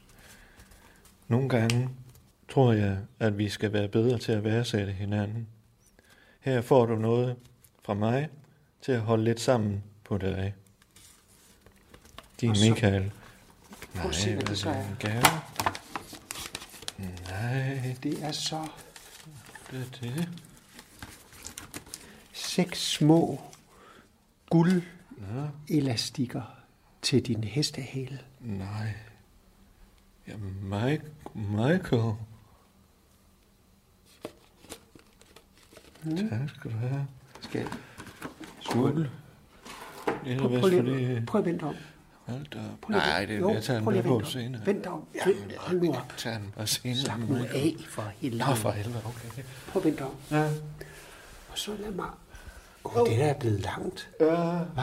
A: nogle gange tror jeg, at vi skal være bedre til at værdsætte hinanden. Her får du noget fra mig til at holde lidt sammen på dig. Din
D: Og så-
A: Michael. Nej,
D: Prøv at se, hvad
A: hvad
D: det så
A: er det
D: er.
A: en gave? Nej,
D: Det er så
A: det er det.
D: seks små guld-elastikker til din hestehale.
A: Nej. Ja, Mike, Michael. Mm. Tak skal du have.
D: Skal
A: Skål. Det er da
D: prøv,
A: vist, fordi...
D: lige, prøv at vente om.
A: Hold da op.
D: Prøv lige-
A: Nej, det
D: jo,
A: er jeg tager den
D: prøv lige
A: med på
D: at vente om.
A: senere.
D: Vent om. Vent, hold nu op.
A: Jeg tager den bare senere.
D: Nu af for helvede.
A: Nå, for helvede, okay.
D: Prøv at vente om.
A: Ja.
D: Og så lad mig... Åh, oh, det der er blevet langt.
A: Ja,
D: Hva?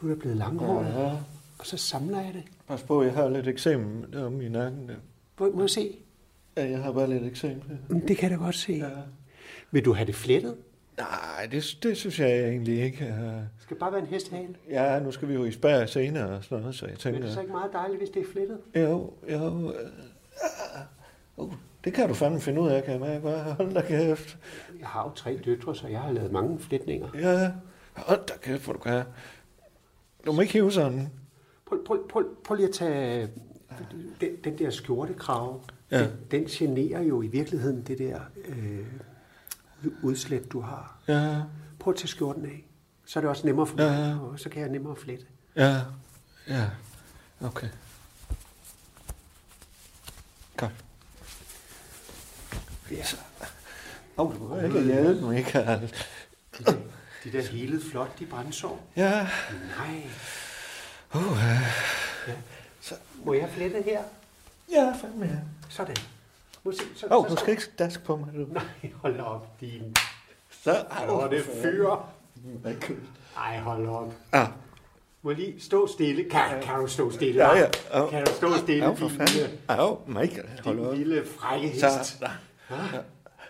D: Du er da blevet langhåret.
A: ja.
D: Og så samler jeg det.
A: Pas på, jeg har lidt eksamen deromme i nakken. der.
D: Må, må jeg se?
A: Ja, jeg har bare lidt eksamen.
D: Mm, Det kan jeg da godt se.
A: Ja.
D: Vil du have det flettet?
A: Nej, det, det synes jeg egentlig ikke. øh.
D: Det skal bare være en hestehale.
A: Ja, nu skal vi jo i spær senere og sådan noget, så jeg
D: Men
A: tænker...
D: det er så ikke meget dejligt, hvis det er flettet.
A: Jo, jo. Øh, ah, uh, det kan du fandme finde ud af, kan jeg mærke. hva'? Hold da kæft.
D: Jeg har jo tre døtre, så jeg har lavet mange flætninger.
A: Ja, hold da kæft, hvor du kan. Du må ikke hive sådan.
D: Prøv, prøv, prøv, prøv lige at tage øh, den, den der skjortekrave.
A: Ja.
D: Den, den generer jo i virkeligheden det der øh, udslæt, du har.
A: Ja,
D: Prøv at tage skjorten af. Så er det også nemmere for mig,
A: Ja.
D: og så kan jeg nemmere flette.
A: ja, ja. Okay. Kom.
D: Ja.
A: Åh, oh, du må ikke hjælpe mig, Michael.
D: De, der, de der hele flot, de brændsår.
A: Ja.
D: Nej.
A: Uh,
D: Må jeg flette her?
A: ja, fandme ja.
D: Sådan. Må se, så,
A: Åh,
D: så-
A: oh, du skal ikke daske på mig, du.
D: Nej, hold op, din
A: Så,
D: flotte fyr. Ej, hold op.
A: Ah.
D: Må jeg lige stå stille. Kan, kan du stå stille?
A: Ja, ja.
D: hva'?
A: Au.
D: Kan du stå stille,
A: Ja, for
D: din lille
A: fanden. Ja, oh, Michael, hold
D: Din
A: op.
D: lille frække hest.
A: Så,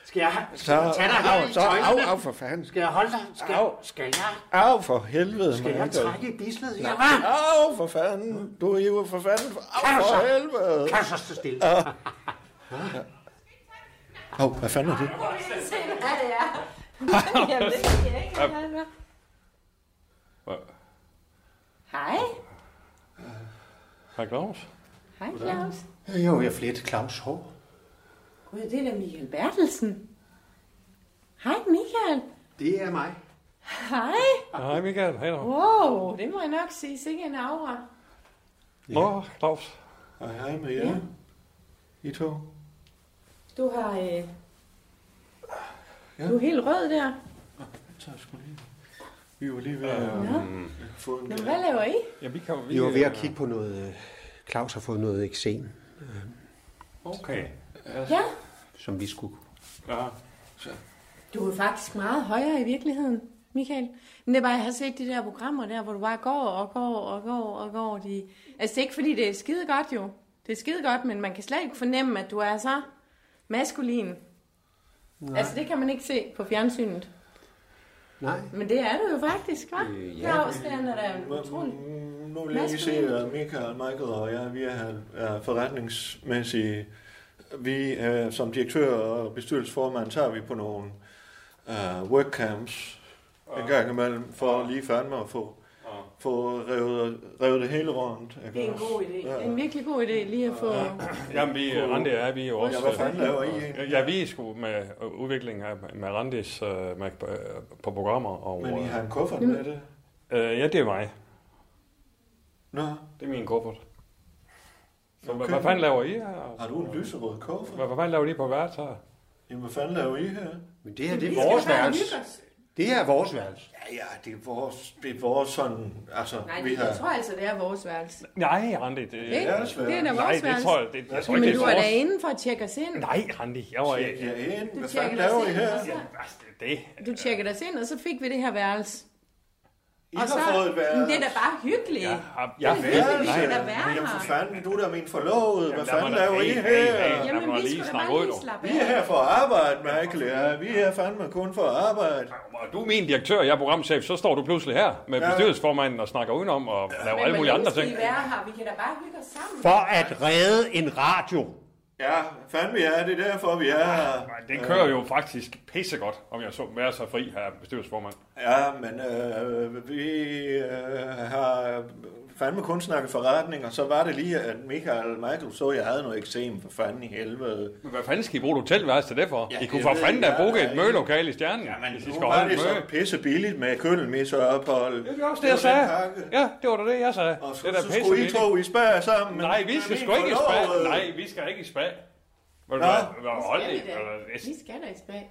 D: Skal jeg, skal
A: så,
D: jeg tage dig her
A: au,
D: i
A: så, au,
D: tøjlerne?
A: au, for fanden.
D: Skal jeg holde dig? Skal,
A: Au.
D: skal jeg,
A: Au, for helvede,
D: skal jeg
A: Michael.
D: trække i bislet her, hva?
A: Au, for fanden. Du er jo for fanden. Au, for helvede.
D: Kan du så stå stille?
A: Au, hvad fanden er det?
F: Ja, det er. Jamen, det kan jeg ikke. Jeg kan
I: Hvad?
F: Hej.
I: Hej Claus.
F: Hej, Claus.
D: Jo, jeg flette Claus hår.
F: Gud, det er da Michael Bertelsen. Hej, Michael.
D: Det er mig.
F: Hej.
I: Hej Michael, hej da.
F: Wow, det må jeg nok sige. Sikke en aura.
I: Nå, Claus.
A: Og hej med jer. I to.
F: Du har... Øh... Du er helt rød der.
A: Tak skal lige. Vi var lige ved at
F: Nå,
A: få en...
F: Nå hvad laver I?
I: Ja, vi kan
D: Vi var ved at kigge på noget... øh, Claus har fået noget eksem,
I: Okay.
F: Ja,
D: som vi skulle...
I: Ja.
F: du er faktisk meget højere i virkeligheden, Michael. Men det er bare, jeg har set de der programmer der, hvor du bare går og går og går og går. De... Altså, det er ikke fordi, det er skide godt jo. Det er skide godt, men man kan slet ikke fornemme, at du er så maskulin. Nej. Altså, det kan man ikke se på fjernsynet.
D: Nej,
F: Men det er du jo faktisk, hva'?
D: Øh,
F: Øh,
D: ja.
F: ja. Claus, det er da utroligt.
A: Nu vil jeg lige se, at Michael, Michael og jeg, vi er, er forretningsmæssige. Vi er, som direktør og bestyrelsesformand tager vi på nogle uh, workcamps en gang imellem, for lige fandme at få, få revet, revet det hele rundt. ikke
F: Det er en
A: også?
F: god idé.
A: Ja.
F: Det er en virkelig god idé lige at få...
I: Jamen, vi, Randi er vi er jo også...
A: Ja, hvad fanden laver I egentlig?
I: Ja, vi er sgu med øh, udviklingen af med Randis øh, med, øh, på programmer. Og,
A: Men I
I: øh,
A: har en kuffert med det?
I: øh, ja, det er mig.
A: Nå,
I: Det er min kuffert. Så okay.
A: Okay.
I: hvad fanden laver I her? Altså,
A: har du en lyserød kuffert?
I: Hvad, hvad fanden laver de på værelse her?
A: Jamen, hvad fanden laver I her?
D: men det her, det
F: Vi
D: er
F: skal
D: vores
F: bare
D: værelse.
F: hygge os.
D: Det her er vores værelse.
A: Ja, ja, det er vores, det er vores sådan, altså,
F: Nej,
A: vi
F: det, jeg tror
A: har...
F: altså, det er vores værelse.
I: Nej, Randi, det...
F: Det,
A: er vores
F: det er da
I: Nej,
F: vores
I: det
F: værelse.
I: tror jeg, det, jeg tror ikke,
F: Men
I: det
F: du
I: er
F: er da
I: vores.
F: inde for at tjekke os ind.
I: Nej, Randi, jeg var ikke...
A: Ja, ind.
F: Du
A: Hvad
F: tjekker
A: fanden
F: dig
A: laver I
F: selv,
A: her?
F: og så-
I: Altså, det- det...
F: Du tjekkede os ind, og så fik vi det her værelse.
A: I har fået et værelse.
F: Men det er da bare hyggeligt.
I: Jeg,
F: Ja.
I: har- jeg,
F: Det er
I: jeg,
F: virkelig
A: Værelse?
F: vi skal da
I: nej,
F: være her.
A: Jamen for fanden, du er da min forlovede. Hvad
I: Jamen, lad
A: fanden
I: mig da-
A: laver I
I: hey, hey, hey.
A: her?
F: Jamen,
I: Lad mig
F: vi
I: lige
F: skulle da
I: snakke
F: bare
I: ud,
F: lige
I: dog.
F: slappe
A: Vi er
F: af.
A: her for at arbejde, Michael. Ja, vi er her fandme kun for at arbejde.
I: Og du er min direktør, jeg er programchef, så står du pludselig her med bestyrelsesformanden og snakker udenom og laver
F: Men
I: alle
F: hvor
I: mulige
F: længe
I: andre
F: skal
I: ting.
F: vi være her? Vi kan da bare hygge os sammen.
D: For at redde en radio.
A: Ja, fandme ja, det er derfor, vi er her.
I: Nej, Det kører jo faktisk pissegodt, om jeg så være så fri her, bestyrelsesformand.
A: Ja, men øh, vi øh, har fandme kun snakke forretning, og så var det lige, at Michael Michael så, at jeg havde noget eksem for fanden i helvede.
I: Men hvad fanden skal I bruge et hotelværelse til det for?
A: Ja,
I: Ja, I
A: det
I: kunne for
A: ved
I: fanden
A: jeg.
I: da booke
A: Ja,
I: et
A: I-
I: mødelokale i stjernen,
A: Jamen,
I: hvis I
A: nu
I: skal
A: var
I: holde
A: det
I: et
A: så
I: møde.
A: pisse billigt med kølmisse og ophold.
I: Det var også det, jeg
A: var
I: sagde.
A: den pakke.
I: Ja, det var da det, jeg sagde.
A: Og
I: Det
A: så,
I: er da
A: så skulle I
I: pissebilligt.
A: to i spa sammen. men-
I: Nej, vi
A: men
I: skal
A: min
I: sgu ikke i spa.
A: forlovede-
I: Nej, vi skal ikke i spa. Vil du
A: Nå.
I: være- vil du
F: Hvad
I: holde
F: skal
I: det?
F: vi da?
I: Eller-
F: Vi skal da i spag.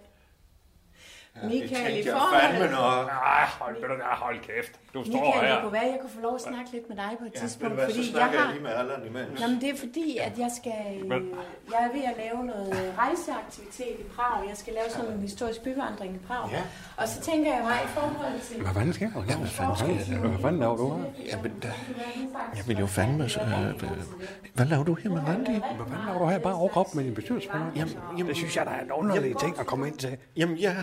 A: Det
F: Michael, i
A: tænkte jeg fandme
F: forhold,
A: nok.
I: Ah, hold, ved du hvad, hold kæft. Du står
F: Michael, det kunne
I: her.
F: være, at jeg kunne få lov at snakke lidt med dig på et
A: Ved du
F: tidspunkt,
A: hvad, så
F: fordi jeg
A: snakker jeg
F: har...
A: lige med Allan imens.
F: Jamen, det er fordi, at jeg skal... øh,
I: Men-
F: Jeg er ved at lave noget rejseaktivitet i Prag. Jeg skal lave sådan en historisk byvandring i Prag.
A: Ja.
F: Og så tænker jeg mig i forhold til...
J: Hvad fanden sker der? Hvad fanden sker der? Hvad fanden laver du her?
A: Jamen, der, jeg vil jo fandme... Så, øh, hvad laver du her med Randi?
J: Hvad fanden laver du her bare overkrop med din bestyrelsesfornød?
A: Jamen,
J: Det synes jeg, der er en underlig ting at komme ind til.
A: jamen jeg,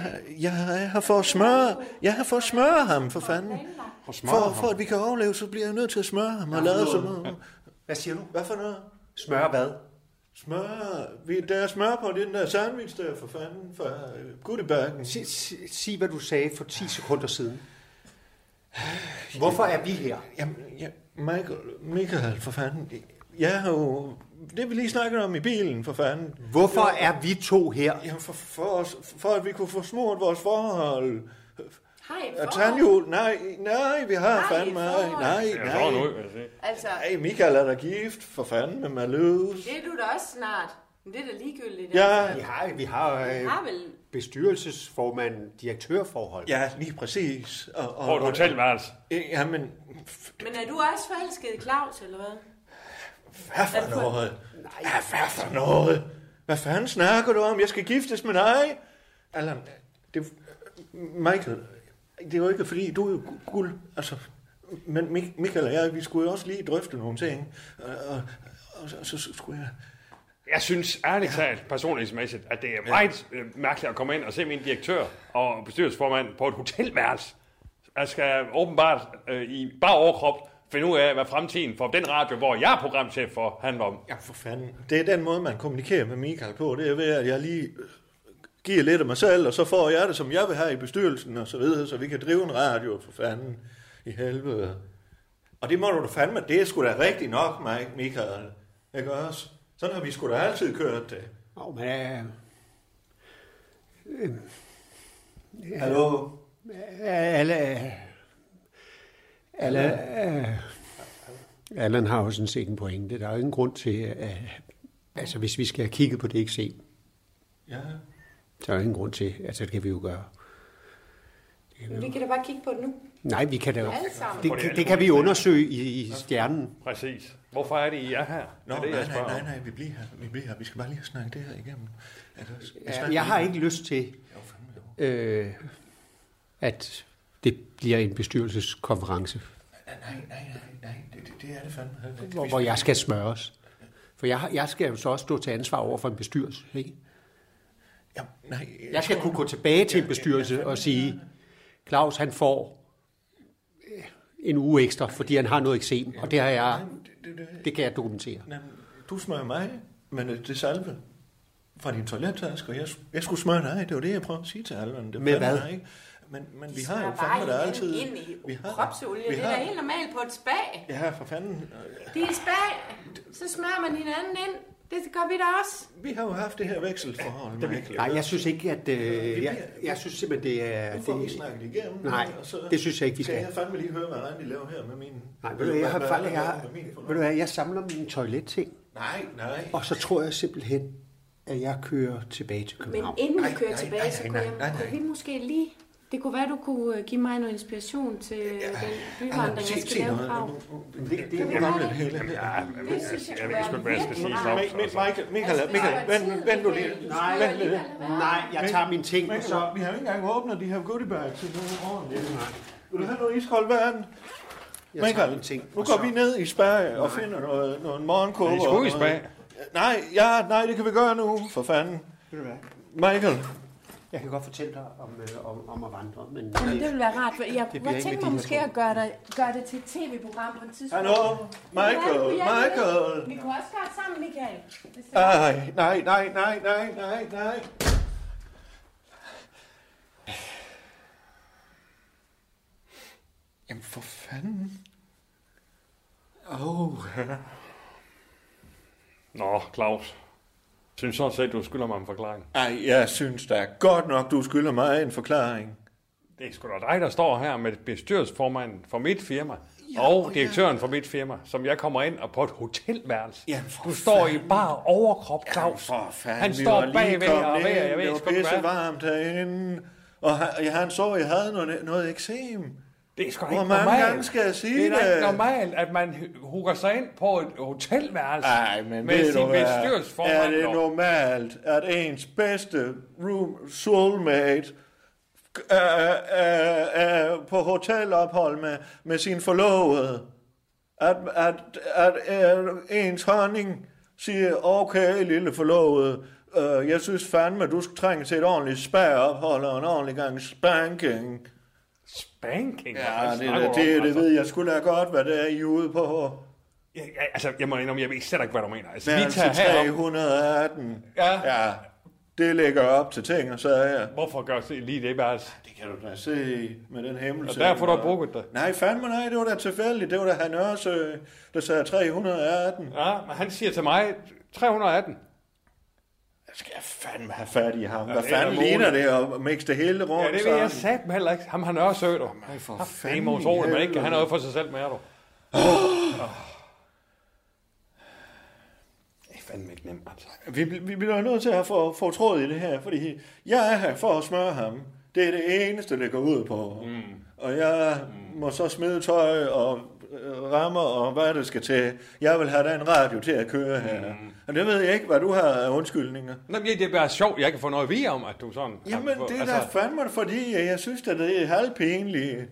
A: jeg har fået smør. Jeg har fået smør ham, for fanden. For, for at vi kan overleve, så bliver jeg nødt til at smøre ham og lade som om.
D: Hvad siger du?
A: Hvad for noget?
D: Smør hvad?
A: Smør. Vi, der er smør på den der sandwich der, for fanden, fra øh, Goodiebagen.
D: Sig, sig, sig, hvad du sagde for 10 sekunder siden. Hvorfor er vi her?
A: Jamen, ja, Michael, Michael, for fanden. Jeg har jo... Det vi lige snakkede om i bilen, for fanden.
D: Hvorfor er vi to her?
A: Jamen, for, for, os, for at vi kunne få smurt vores forhold.
F: Hej,
A: Og tandhjul, nej, nej, vi har
F: Nej,
A: fandme, nej,
F: forhold.
A: nej,
I: Jeg står nu,
A: nej.
I: vil jeg sige.
F: Altså,
A: Ej, Michael er da gift, for fanden med Malus.
F: det er du da også snart. Men det er da ligegyldigt. altså.
A: Ja,
D: Vi har, vi har øh,
F: Har vel...
D: bestyrelsesformand, direktørforhold.
A: ja, lige præcis. Og, og,
I: På et hotelværelse.
A: Øh, Jamen,
F: Men er du også forelsket i Claus, eller hvad?
A: hvad for noget? Ja, hvad for noget? Hvad fanden snakker du om? Jeg skal giftes med dig. Allan, det, Michael, det er jo ikke fordi, du er jo gu- guld, altså... Men Mik- Michael og jeg, vi skulle jo også lige drøfte nogle ting. Og, og, og så, så skulle jeg...
I: Jeg synes ærligt talt, personlighedsmæssigt, at det er meget øh, mærkeligt at komme ind og se min direktør og bestyrelsesformand på et hotelværelse. Jeg skal åbenbart øh, i bare overkrop finde ud af, hvad fremtiden for den radio, hvor jeg er programchef for, handler om.
A: Ja, for fanden. Det er den måde, man kommunikerer med Michael på. Det er ved, at jeg lige øh, giver lidt af mig selv, og så får jeg det, som jeg vil have i bestyrelsen og så videre, så vi kan drive en radio, for fanden. I helvede. Og det må du da fandme, det er sgu da rigtigt nok, Mike, Michael. Ikke også? Sådan har vi sgu da altid kørt det.
D: Nå, men, øh,
A: Hallo?
D: alle, alle, øh, Allan har jo sådan set en pointe. Der er jo ingen grund til, at, altså hvis vi skal kigge på det ikke se,
A: Ja.
D: så er der ingen grund til, altså det kan vi jo gøre.
F: Men vi kan da bare kigge på det nu.
D: Nej, vi kan da jo,
F: Alle sammen.
D: det, kan- det kan vi undersøge i, i stjernen.
I: Præcis. Hvorfor er det, I er her?
A: Nå,
I: det er
A: det,
I: det,
A: nej,
I: jeg
A: nej,
I: spørger
A: nej,
I: om.
A: nej, vi bliver her. Vi bliver her. Vi skal bare lige have snakket det her igennem. Er det også-
D: Ja, Jeg har ikke lyst til,
A: Jo, fandme jo.
D: øh, at det bliver en bestyrelseskonference,
A: Nej, nej, nej, nej, nej. Det, det, det er det fandme. heller ikke.
D: hvor, hvor jeg skal smøres. For jeg, har- jeg skal jo så også stå til ansvar over for en bestyrelse. Ikke?
A: Jamen, nej,
D: Jeg skal kunne gå tilbage til en bestyrelse og sige, Claus han får øh, en uge ekstra, fordi han har noget eksem, og det, har jeg,
A: det, det,
D: det kan jeg dokumentere.
A: Jamen, du smører mig, men øh, det salve fra din toilettaske, og jeg, jeg skulle smøre dig. Det var det, jeg prøvede at sige til Alvan. Det
D: Med
A: fandme
D: hvad?
A: dig, Ikke. Men, men vi
F: Vi
A: har jo fandme da altid...
F: Ind i
A: vi har,
F: kropsolie.
A: vi
F: Det er da
A: har,
F: helt normalt på et spag.
A: Ja, for fanden. øh,
F: Det er et spag. Så smører man hinanden ind. Det gør vi da også.
A: Vi har jo haft det her vekselforhold, Michael.
D: Nej, jeg synes ikke, at... Øh, jeg, jeg synes simpelthen, det er...
A: Nu får vi
D: Det,
A: snakket igennem.
D: Nej,
A: og så
D: det synes jeg ikke, vi
A: skal.
D: skal.
A: jeg fandme lige høre, hvad Randi laver her med min...
D: nej, ved du, hvad, jeg, har,
A: hvad-
D: faktisk-
A: hvad-
D: jeg, har,
A: hvad- hvad-
D: ved du hvad, jeg samler mine toiletting,
A: Nej, nej.
D: og så tror jeg simpelthen, at jeg kører tilbage til
F: Men
D: København.
F: inden vi
A: Nej,
F: kører
A: nej,
F: tilbage,
A: nej,
F: så
A: nej,
F: kunne,
A: nej,
F: jeg,
A: nej.
F: kunne vi måske lige... Det kunne være, du kunne øh, give mig noget inspiration til øh, den byvandring, jeg skal lave i Prag.
A: Det, det,
F: vi gøre det?
A: hele.
I: Ja, men
F: Det synes jeg
I: jeg
F: kunne
I: ved sgu
F: være
I: ikke, hvad jeg skal sige.
F: virkelig
I: Claus,
A: Michael,
I: altså.
A: Michael, Michael, Michael, vent, vent nu lige.
D: Nej,
A: Vent lidt.
D: Nej, jeg tager mine ting, og
A: Mikkel,
D: så...
A: vi har jo ikke engang åbnet de her goodiebags til nogen ordentligt. Vil du have noget iskoldt vand?
D: Jeg tager
A: Michael,
D: mine ting,
A: nu
D: og
A: går
D: så-
A: vi ned i Sverige og finder noget, noget morgenkåbe.
I: I skulle i Spanien.
A: Nej, ja, nej, det kan vi gøre nu, for fanden.
D: Ved du hvad?
A: Michael,
D: Jeg kan godt fortælle dig om, øh, om, om at vandre, men...
F: Jamen, det ville være rart. for Jeg,
D: bliver
F: jeg
D: ikke med
F: tænker
D: de
F: mig
D: her
F: måske
D: to.
F: at gøre, dig, gøre det til et tv-program på et tidspunkt.
A: hallo,
F: Det
A: Michael,
F: kunne være, det kunne jeg
A: Michael.
F: vide.
A: Ah,
F: Vi kunne også gøre det sammen, Michael. Hvis det-
A: Ej, nej, nej, nej, nej, nej, nej. Jamen for fanden.
K: Oh.
I: Nå, Claus. Synes sådan set, du skylder mig en forklaring.
A: Ej, jeg synes da godt nok, du skylder mig en forklaring.
I: Det er sgu da dig, der står her med bestyrelsesformanden for mit firma. Ja, og direktøren for mit firma, som jeg kommer ind og på et hotelværelse.
A: Jamen, for
I: du står i bare overkrop, Claus.
A: Åh, fanden,
I: han
A: vi
I: står
A: var lige
I: bagved og
A: kommet
I: ved,
A: ind.
I: jeg ved
A: Det
I: sgu
A: var
I: ikke
A: pisse
I: hvad.
A: varmt herinde. Og han, han så, at jeg havde noget, noget eksem.
I: Det er sgu da
A: Hvor
I: ikke
A: mange
I: normalt.
A: gange skal jeg sige
I: det? er da
A: det?
I: ikke normalt, at man hu- hugger sig ind på et hotelværelse
A: Ej, men
I: med
A: ved du
I: sin
A: hvad? Er
I: bestyrelsesformand.
A: det
I: dog.
A: normalt, at ens bedste room soulmate er, er, er på hotelophold med, med sin forlovede? At, at, at, at ens honning siger, okay, lille forlovede, øh, jeg synes fandme, du skal trænge til et ordentligt spærophold og en ordentlig gang spanking.
I: Spanking?
A: Ja,
I: Hvad
A: det,
I: snakker du om,
A: det, det, det
I: altså?
A: ved jeg skulle da godt, hvad det er, I er ude på.
I: Ja, ja, altså, jeg må indrømme, jeg ved slet ikke, hvad du mener. Altså, vi
A: Værelse
I: tager herop.
A: 318.
I: Ja.
A: ja. Det ligger op til ting og sager.
I: Hvorfor gør du lige det, Bærs?
A: Det kan du da se med den himmel.
I: Og derfor du har brugt det.
A: Nej, fandme nej, det var da tilfældigt. Det var da han også, øh, der sagde 318.
I: Ja, men han siger til mig, 318.
A: Jeg skal fandme have fat i ham. Hvad
I: det er da
A: fanden
I: muligt.
A: ligner det at mixe det hele rundt?
I: Ja, det ved jeg satme heller ikke. Ham han er også sødt.
A: Nej, for
I: Det er
A: fanden. i
I: motoren, men ikke.
A: helvede.
I: Han er jo for sig selv med, er du. Det er fandme ikke nemt, altså.
A: Vi, vi bliver nødt til at få, få tråd i det her, fordi jeg er her for at smøre ham. Det er det eneste, det går ud på. Mm. Og jeg mm. må så smide tøj og øh, rammer og hvad det skal til. Jeg vil have den radio til at køre her. Mm. Og det ved jeg ikke, hvad du har af undskyldninger.
I: Nå, men det er bare sjovt, jeg kan få noget at vide om, at du sådan...
A: Jamen, det er
I: altså-
A: da fandme, fordi jeg synes, at det er halvpinligt.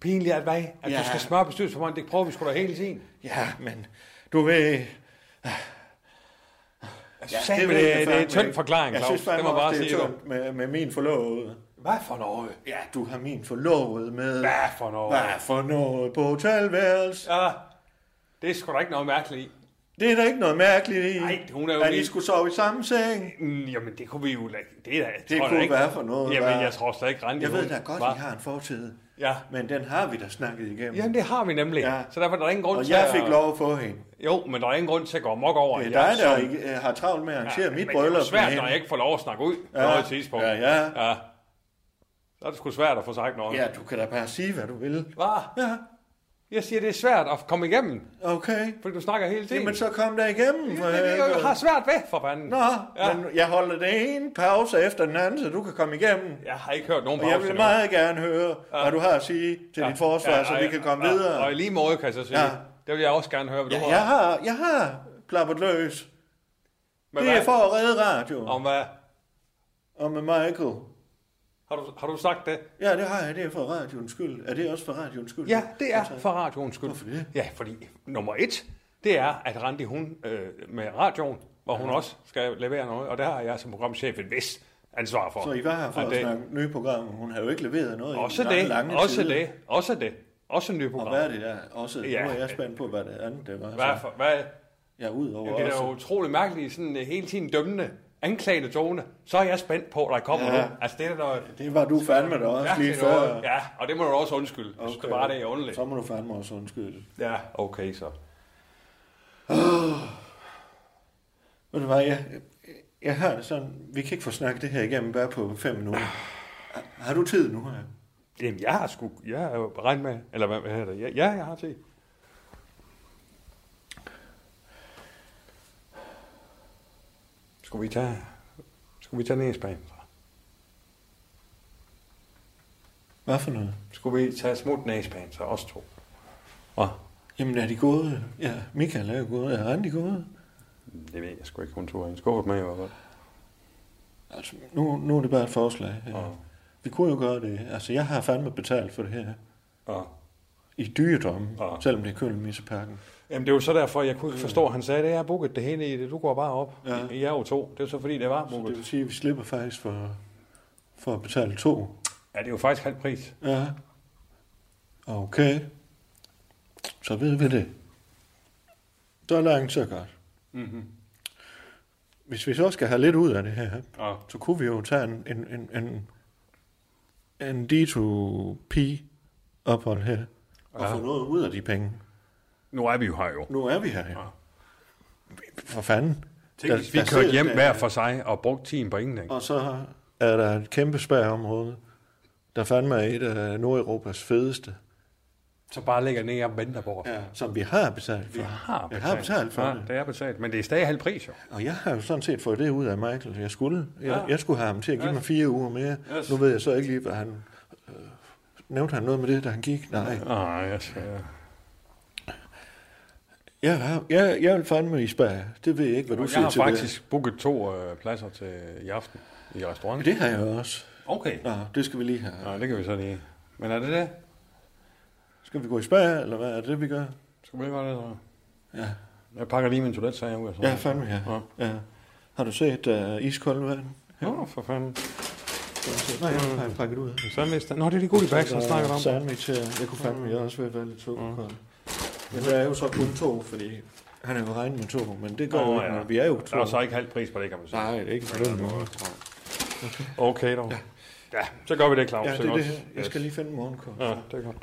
I: Pinligt at hvad? At
A: Ja.
I: du skal smøre bestyrelsesformanden, det prøver vi sgu da hele tiden.
A: Ja, men du ved...
I: Altså, ja, det, det, det, er en tynd forklaring,
A: Jeg
I: Claus.
A: synes
I: Det
A: fandme
I: må bare
A: også, det
I: sige.
A: er
I: du.
A: tyndt med, med min forlovede.
I: Hvad for noget?
A: Ja, du har min forlovede med.
I: Hvad for noget?
A: Hvad for noget på hotelværelse?
I: Ja, det er sgu da ikke noget mærkeligt i.
A: Det er der ikke noget mærkeligt i.
I: Nej, hun er jo
A: At I
I: min-
A: skulle sove i samme seng.
I: Mm, Jamen, det kunne vi jo lade. Det, er, da- jeg
A: Det
I: tror da
A: kunne
I: ikke.
A: være for noget,
I: Jamen,
A: hva'?
I: jeg tror slet ikke, Randi...
A: Jeg ved
I: hun
A: da godt,
I: var-
A: vi har en fortid.
I: Ja.
A: Men den har vi da snakket igennem.
I: Jamen, det har vi nemlig.
A: Ja.
I: Ja. Så derfor er der ingen grund
A: og
I: til
A: jeg
I: at-
A: fik lov at få hende.
I: Jo, men der er ingen grund til at gå mok over.
A: Det er
I: at
A: dig,
I: jeg
A: der
I: som-
A: ikke, øh, har travlt med at arrangere
I: Ja,
A: mit
I: men
A: bryllup
I: Det er jo svært,
A: med
I: når jeg
A: hende.
I: ikke får lov at snakke ud på
A: Ja.
I: noget tidspunkt.
A: Ja, ja.
I: ja. Så er det sgu svært at få sagt noget.
A: Ja, du kan da bare sige, hvad du vil.
I: Hvad?
A: Ja,
I: Jeg siger, det er svært at komme igennem,
A: okay.
I: fordi du snakker hele tiden.
A: Jamen, så kom der igennem.
I: Det er det, jeg har svært ved, for fanden.
A: Nå, ja.
I: Ja.
A: men jeg holder den ene pause efter den anden, så du kan komme igennem.
I: Jeg har ikke hørt nogen
A: Og jeg vil
I: endnu.
A: meget gerne høre, hvad du har at sige til
I: Ja.
A: dit forsvar,
I: Ja,
A: så
I: og-
A: vi kan komme
I: og-
A: videre.
I: Og i lige måde kan jeg så sige,
A: Ja.
I: det vil jeg også gerne høre, hvad du
A: Ja,
I: har.
A: jeg har, jeg har plappet løs.
I: Men
A: det er
I: hvad-
A: for at redde radio.
I: Om hvad?
A: Og med Michael.
I: Har du, har du sagt det?
A: Ja, det har jeg. Det er for radioens skyld. Er det også for radioens skyld?
I: Ja, det er for radioens skyld.
A: Hvorfor det?
I: Ja, fordi nummer et, det er, at Randi hun øh, med radioen, hvor hun også skal levere noget, og der har jeg som programchef et vis ansvar for.
A: Så I var her for
I: Og
A: at,
I: det-
A: snakke nye programmer. Hun har jo ikke leveret noget
I: Også
A: i den lange,
I: det,
A: lange
I: også
A: tid.
I: det, også det, også nye
A: Og
I: program.
A: hvad er det der? Også, ja.
I: Ja.
A: Nu er jeg spændt på, hvad det andet det var.
I: Hvad, er for, hvad,
A: Ja, udover
I: det er
A: også.
I: jo utrolig mærkeligt, sådan øh, hele tiden dømmende, anklagende tone. Så er jeg spændt på, at der kommer
A: Ja.
I: ja. nu. Altså, det er da noget
A: Det var du fandme da også lige
I: mærkeligt
A: før.
I: noget. Ja, og det må du også undskylde. Okay. Det bare det er underligt.
A: Så må du fandme også undskylde.
I: Ja, okay så.
A: Ved du hvad, jeg, jeg har det sådan, vi kan ikke få snakket det her igennem bare på fem minutter. Har- Har du tid nu her?
I: Jamen, jeg har sgu, jeg har jo regnet med, eller hvad, hvad hedder det? Ja, ja, jeg har set. Skal vi tage, skal vi tage næsbanen så?
A: Hvad for noget?
I: Skal vi tage smut næsbanen så, os to? Og
A: Jamen er de gode? Ja, Michael er jo gode. Er Randi gode?
I: det ved jeg sgu ikke, hun tog en skuffet med i hvert fald.
A: Altså, nu, nu er det bare et forslag. Ja.
I: Og,
A: Vi kunne jo gøre det. Altså, jeg har fandme betalt for det her.
I: og,
A: I dyredomme,
I: Ja.
A: selvom det er Køln-Misseparken.
I: Jamen, det er jo så derfor, jeg kunne ikke forstå, at han sagde, det jeg har booket det hele i det. Du går bare op.
A: Ja.
I: Ja. I er jo to. Det er jo så fordi, det var
A: Så det vil
I: booket.
A: sige, at vi slipper faktisk for, for at betale to.
I: Ja, det er jo faktisk halv pris.
A: Ja. Okay. Så ved vi det. Så langt, så godt.
I: Mm-hmm.
A: Hvis vi så skal have lidt ud af det her,
I: Og,
A: så kunne vi jo tage en, en, en, en, en D2P-ophold her, og
I: Ja.
A: få noget ud af de penge.
I: Nu er vi jo her jo.
A: Nu er vi her jo. For fanden.
I: Tænk, hvis vi kørte hjem hver for sig og brugte tiden på ingenting.
A: Og så er der et kæmpe spærreområde, der fandme er et af Nordeuropas fedeste,
I: Så bare lægger ned og venter på. Ja.
A: som vi har betalt for. Vi
I: Har
A: jeg har betalt for
I: ja,
A: det.
I: det. er betalt, men det er stadig halv pris jo.
A: Og jeg har jo sådan set fået det ud af Michael, jeg skulle. Jeg, ja. jeg skulle have ham til at give mig fire uger mere.
I: Yes.
A: Yes. Nu ved jeg så ikke lige, hvad han... Øh, nævnte han noget med det, da han gik? Nej.
I: Nej, altså, ja.
A: Jeg, har, jeg, jeg vil fandme i Sverige. Det ved jeg ikke, hvad du
I: Jeg
A: siger
I: har
A: til
I: faktisk booket to øh, pladser til i aften i
A: det.
I: restauranten.
A: Det har jeg også.
I: Okay.
A: Nå, det skal vi lige have.
I: Nå, det kan vi så lige. Men er det det?
A: Skal vi gå i Sverige, eller hvad er det, vi gør?
I: Skal vi ikke gøre det, tror jeg?
A: Ja.
I: Jeg pakker lige min toiletsager ud. og så-
A: Ja, fandme ja. ja. Har du set uh, iskoldt vand?
I: Nå, for fanden.
A: Nej, jeg har pakket ud.
I: Sandwich. Nå, det er de gode bags, han snakker om.
A: Sandwich her. Jeg kunne fandme, jeg også ved at være lidt sukkerkold.
I: Mm.
A: Men der er jo så kun to, fordi han er jo regnet med to, men det gør
I: Nå,
A: jo ikke
I: ja. Altså,
A: noget. Vi er jo
I: Der
A: to.
I: er så ikke halv pris på det, kan man sige.
A: Nej, det er ikke på den måde.
I: Okay, dog. Ja. ja, så gør vi det, Claus.
A: Ja, det er det her. Jeg
I: Yes.
A: skal lige finde morgenkål.
I: Ja, det er godt.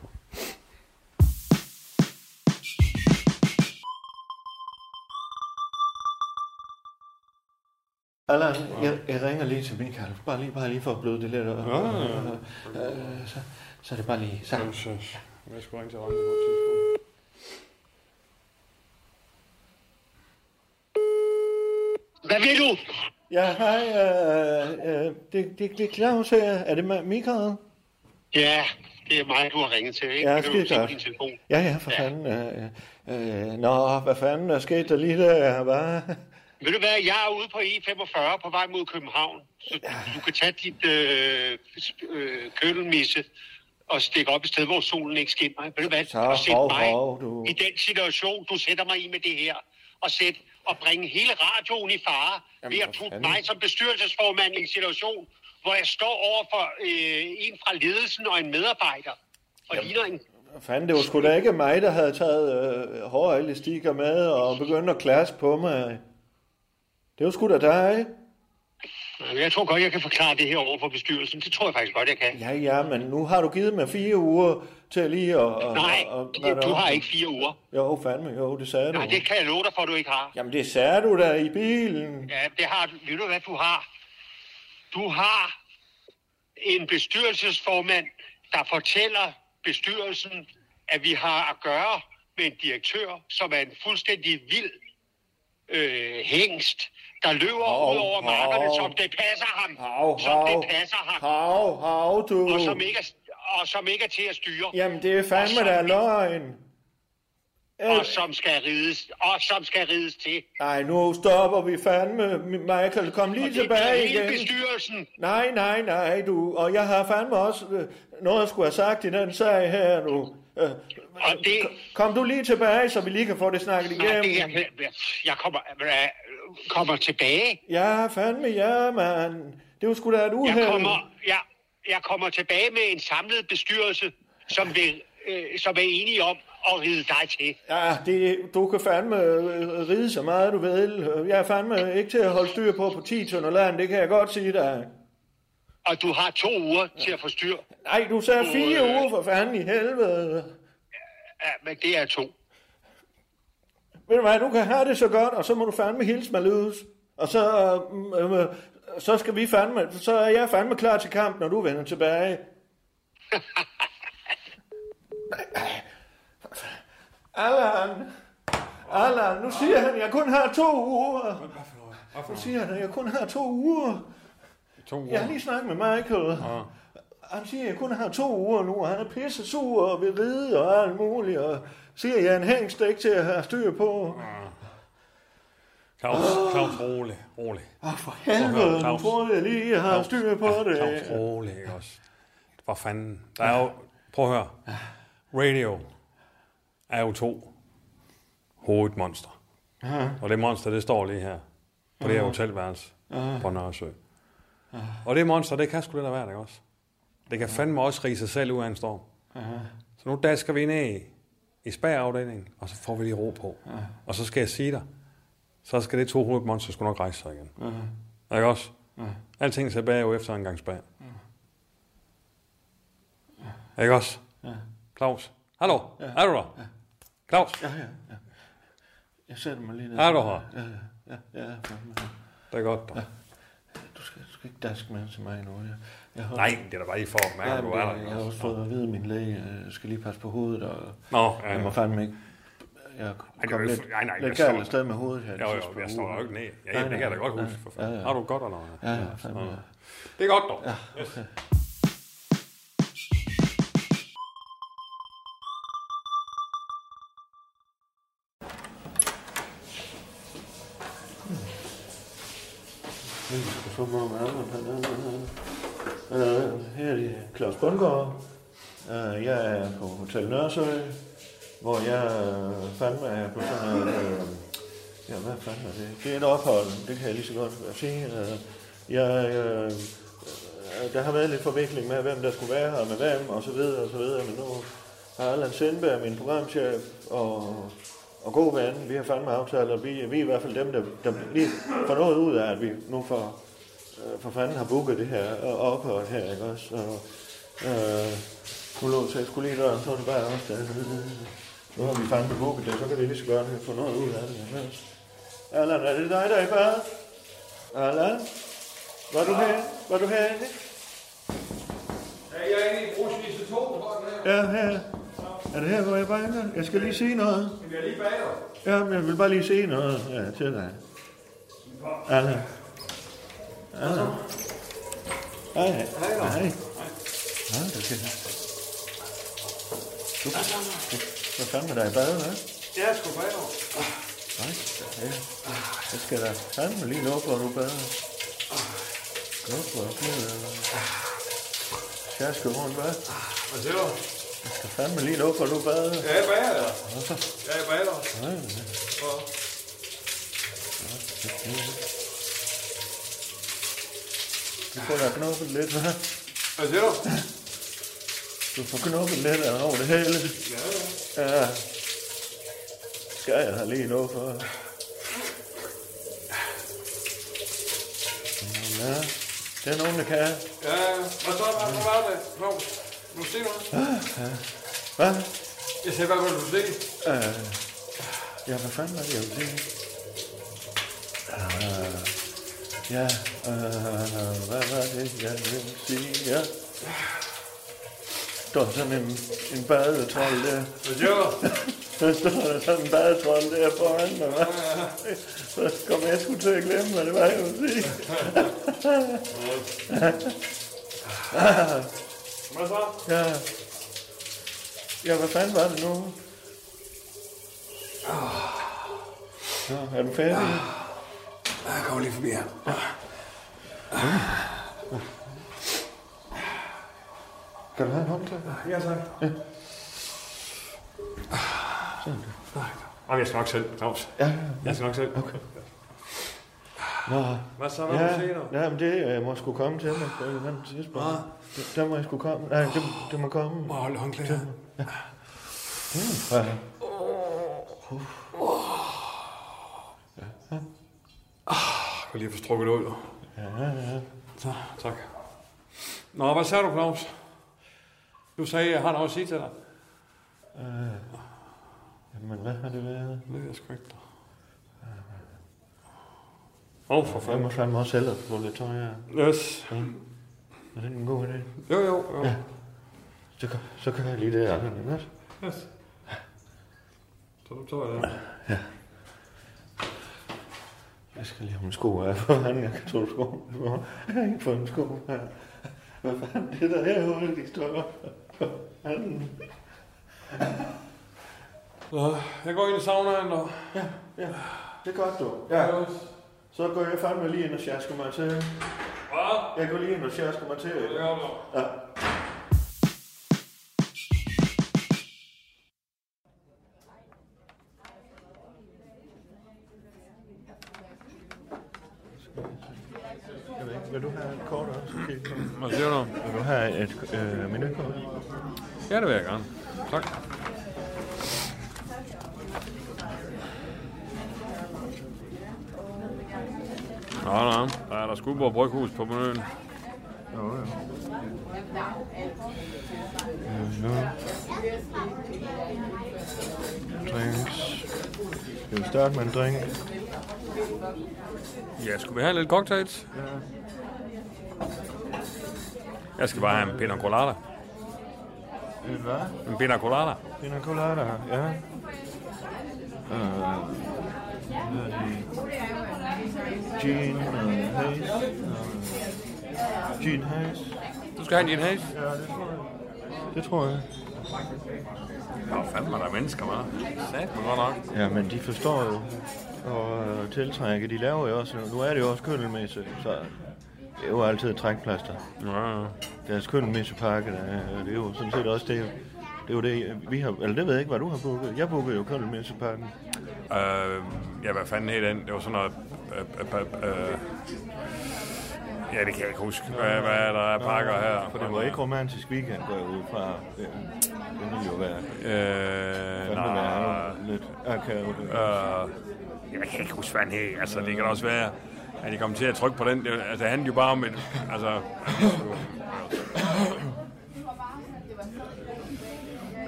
A: Allan, jeg, jeg ringer lige til Michael. Bare lige, bare lige for at bløde det lidt. op.
I: Ja, ja, ja.
A: Øh, så, så er det bare lige. Så.
I: Jeg synes, jeg skulle ringe til Randi på et tidspunkt.
L: Hvad vil du?
A: Ja, hej. Øh, øh, det, det, det er Claus her. Er det Ma- Michael?
L: Ja, det er mig, du har ringet til, ikke?
A: Ja,
L: Kan du
A: skide
L: se
A: godt.
L: Din telefon?
A: Ja, ja, for ja. fanden. Øh, øh, øh, nå, hvad fanden der skete der lige der? Hvad? (laughs)
L: Ved du hvad, jeg er ude på E45 på vej mod København, så du kan tage dit øh, sp- øh, køkkenmisse og stikke op et sted, hvor solen ikke skinner. Ved du hvad,
A: Så,
L: og sæt
A: hov,
L: mig
A: hov, du.
L: i den situation, du sætter mig i med det her, og sæt og bringe hele radioen i fare Jamen, ved at
A: for
L: putte
A: fanden.
L: mig som bestyrelsesformand i en situation, hvor jeg står over for øh, en fra ledelsen og en medarbejder, og ligner en
A: Fanden, det var sgu da ikke mig, der havde taget øh, hårde elastikker med og begyndt at klasse på mig. Det var sgu da dig.
L: Jeg tror godt, jeg kan forklare det her over for bestyrelsen. Det tror jeg faktisk godt, jeg kan.
A: Ja, ja, men nu har du givet mig fire uger til lige at... Og,
L: Nej,
A: og, og,
L: du har ikke fire uger.
A: Jo, fandme, jo, det sagde du.
L: Nej, det kan jeg love dig for, du ikke har.
A: Jamen, det sagde du da i bilen.
L: Ja, det har du. Ved du, hvad du har? Du har en bestyrelsesformand, der fortæller bestyrelsen, at vi har at gøre med en direktør, som er en fuldstændig vild øh, hængst, der løber
A: Hov,
L: ud over
A: hov.
L: markerne, som det passer ham.
A: Hav, hav,
L: som det passer ham.
A: hav, hav, du.
L: Og, som ikke er, og som ikke er til at styre.
A: Jamen, det er
L: Og som-
A: fandme, der er løgn.
L: og som skal rides, og som skal rides til.
A: Nej, nu stopper vi fandme, Michael. Kom
L: Og
A: lige
L: det bliver
A: tilbage
L: hele
A: igen.
L: bestyrelsen.
A: Nej, nej, nej, du. Og jeg har fandme også øh, noget, jeg skulle have sagt i den sag her, du. Øh,
L: Og det,
A: kom du lige tilbage, så vi lige kan få det snakket
L: og det
A: igennem.
L: jeg, jeg kommer, jeg kommer tilbage.
A: Ja, fandme ja, mand. Det var sgu da et
L: Jeg
A: uheld.
L: kommer, jeg, jeg kommer tilbage med en samlet bestyrelse, som, vil, øh, som er enige om at ride dig til.
A: Ja, det, du kan fandme øh, ride så meget, du vil. Jeg er fandme ikke til at holde styr på på 10 tønder land, det kan jeg godt sige dig.
L: Og du har to uger til at få styr.
A: Nej, du sagde fire
L: Øh.
A: uger for fanden i helvede.
L: Ja, øh, men det er to.
A: Ved du hvad, du kan have det så godt, og så må du fandme hilse mig løs. Og så, øh, øh, så skal vi fandme, så er jeg fandme klar til kamp, når du vender tilbage. (laughs) Allan, Allan, nu siger han, jeg kun har to uger. Nu siger han, jeg kun har to uger.
I: To uger.
A: Jeg har lige snakket med Michael. Han siger, jeg kun har to uger nu, og han er pisse sur og vil ride og alt muligt. Og siger, jeg er en hængst der ikke til at have styr på.
I: Claus, Claus, rolig, rolig.
A: Åh, Ah, for helvede, nu
I: Claus.
A: troede jeg lige, jeg har styr på det.
I: Claus, rolig, ikke også? Hvor fanden. Der er jo, prøv at høre. Radio er jo to hovedmonstre. Og det monster, det står lige her. På det her hotelværelse på Nørresø. Og det monster, det kan sgu lidt af hvert, ikke også? Det kan fandme også rige sig selv ud af en storm. Så nu dasker vi ned i, i spærafdelingen, og så får vi lige ro på. Og så skal jeg sige dig, så skal det to hovedmonster sgu nok rejse sig igen. Ikke også? Alting ser bag efter en gang spag. Ikke også? Claus, hallo, er du der? Claus?
A: Ja, ja, ja. Jeg sætter mig lige ned.
I: Er du her?
A: Ja, ja, ja. ja, jeg er fandme her.
I: Det er godt, dog.
A: Ja. Du skal, du skal ikke daske med til mig nu. Jeg, jeg har,
I: Nej, det er da bare lige for at mærke,
A: Ja,
I: at du
A: men
I: er
A: det-
I: der.
A: Jeg har også fået at vide af min læge, øh, jeg skal lige passe på hovedet, og
I: Nå, ja,
A: jeg
I: ja.
A: må fandme ikke... Jeg
I: det
A: kom
I: er jo
A: lidt,
I: ikke- nej, nej,
A: lidt
I: jeg
A: galt
I: står-
A: afsted med hovedet her. de
I: Jo, jo,
A: sidste par
I: jeg står
A: uger.
I: jo ikke ned. Ja,
A: Nej,
I: det kan jeg da godt
A: nej,
I: huske, for fanden.
A: ja, ja.
I: Har du det godt, eller hvad?
A: Ja, ja,
I: Ja,
A: fandme.
I: sådan.
A: ja.
I: Det er godt, dog.
A: Ja,
I: Yes.
A: okay. Jeg skal få mig med. Øh, Her er det Claus Bundgaard. Øh, Jeg er på Hotel Nørresø, hvor jeg øh, fandme er på sådan en... Øh, ja, hvad fanden er det? Det er et ophold, det kan jeg lige så godt sige. Øh, Jeg, øh, øh, der har været lidt forvikling med, hvem der skulle være her med hvem, og så videre, og så videre, men nu har Allan Sindberg, min programchef, og, og god ven, vi har fandme aftalt, og vi, vi er i hvert fald dem, der, der lige får noget ud af, at vi nu får, øh, for fanden har booket det her og ophold her, ikke også? Og, øh, nu låser jeg skulle lige døren, så er det bare også der. Nu har vi fandme booket det, så kan vi lige så godt få noget ud af det, ikke også? Allan, er det dig, der er i bad? Allan? Var du her? Var du herinde?
B: Jeg er inde i Brugsvise 2, hvor den er.
A: Ja, her. Er det her, hvor jeg bager? Jeg skal lige sige noget.
B: Men jeg er lige bag dig.
A: Ja, men jeg vil bare lige sige noget ja, til dig. Allan. Allan. Hej. Hej. Hej. Ja, det kan jeg. Du, du, hvad fanden er der i badet, hva'?
B: Jeg er sgu bag dig.
A: Nej, ja. Jeg skal da fandme lige lukke, hvor du bader. Lukke, hvor du bader. Jeg skal rundt, hva'?
B: Hvad siger du?
A: Jeg skal fandme lige lukke, hvor du bader.
B: Jeg er bag dig.
A: Hvorfor?
B: Jeg er bag dig.
A: Nej, nej.
B: Og
A: Du får da knoppet lidt, hva'?
B: Hvad siger du?
A: Du får knoppet lidt af over det hele.
B: Ja,
A: ja. Ja. Skal jeg have lige noget for? Ja, det er nogen, der kan.
B: Ja,
I: Øh,
B: ja. Hvad så? Hvad hvad var det? Nå, nu se mig.
A: Ja. Hvad?
B: Jeg sagde, hvad vil du se?
A: Øh, ja, hvad fanden var det, jeg ville sige? Øh, ja, øh, hvad var det, jeg ville sige? Ja. Der er sådan en, en badetrol der.
B: Hvad siger du?
A: Der står der sådan en badetrol der foran mig. hva'? Så kom jeg sgu til at glemme, hvad det var, jeg ville sige.
B: Hvad så?
A: ja. ja, hvad fanden var det nu? Nå, er du færdig?
B: Jeg kommer lige forbi her.
A: Kan du have en håndtag?
B: Ja, tak.
I: Jamen, jeg skal nok Ah, selv, Claus.
A: Ja, ja.
I: Jeg skal nok selv. Okay.
A: Nå.
I: Hvad så? Hvad vil du se
A: Ja,
I: nu?
A: nej, men det øh, må sgu komme til mig på et eller andet tidspunkt. Det- Der må jeg sgu komme. Nej, det, det må komme. Må
B: holde håndklæder.
A: Ja. Mm, ja.
I: Jeg kan lige få strukket ud.
A: Ja, ja.
I: Så, tak. Nå, hvad sagde du, Claus? Du sagde, jeg har noget at sige til dig.
A: Øh, jamen, hvad har det været?
I: Det ved jeg sgu ikke. Åh, oh, for
A: Jeg må
I: fanden.
A: fandme også hellere få lidt tøj af.
I: Yes.
A: Ja. Er det en god idé?
I: Jo, jo, jo.
A: Ja. Så, kan- så kan jeg lige det her. Ikke?
I: Yes. Så du tager jeg det.
A: Ja. Jeg skal lige have en sko af, for fanden jeg kan tåle sko. på. Jeg har ikke fået en sko af. Hvad fanden det der er ude, de står For fanden.
I: Så, jeg går ind i saunaen, og...
A: Ja, ja. Det er godt, du. Ja. Så går jeg fandme lige ind og sjasker mig til. Hvad? Jeg går lige ind og sjasker mig til. Det
I: gør
A: du. Ja. Jeg ved ikke, Vil du have et kort også?
I: Hvad siger du?
A: Vil du have et øh, menukort?
I: Ja, det vil jeg gerne. Tak. Nå, nå. Der er der Skubor Bryghus på menuen.
A: Jo, jo.
I: Ja.
A: Drinks. Skal vi starte med en drink?
I: Ja, skulle vi have lidt cocktails? Ja. Jeg skal bare have en pina colada.
A: En hvad?
I: En pina colada.
A: Pina colada, ja. Øh, hvad er det? Gin og haze. og- Gin haze.
I: Du skal have en gin haze?
A: Ja, det tror jeg. Det tror jeg.
I: Nå, fandme, der er mennesker, man. Sat mig godt nok.
A: Ja, men de forstår jo og øh, tiltrække. De laver jo også, nu er det jo også køndelmesse, så det er jo altid et trækplaster.
I: Ja.
A: Deres køndelmessepakke, der, er- øh, det er jo sådan set også det, det er jo det, vi har, eller det ved jeg ikke, hvad du har booket. Jeg bookede jo køndelmessepakken.
I: Øh, ja, hvad fanden hed den? Det var sådan noget... Øh, øh, øh, øh, ja, det kan jeg ikke huske. Hvad, hvad er der af pakker her?
A: For det var ikke romantisk weekend, går jeg ud fra. Ja, Det ville jo være.
I: Øh,
A: Fandme
I: nej.
A: være lidt akavet.
I: Øh, jeg kan ikke huske, hvad han hed. Altså, det kan da også være, at de kom til at trykke på den. Det, altså, det handlede jo bare om et... Altså,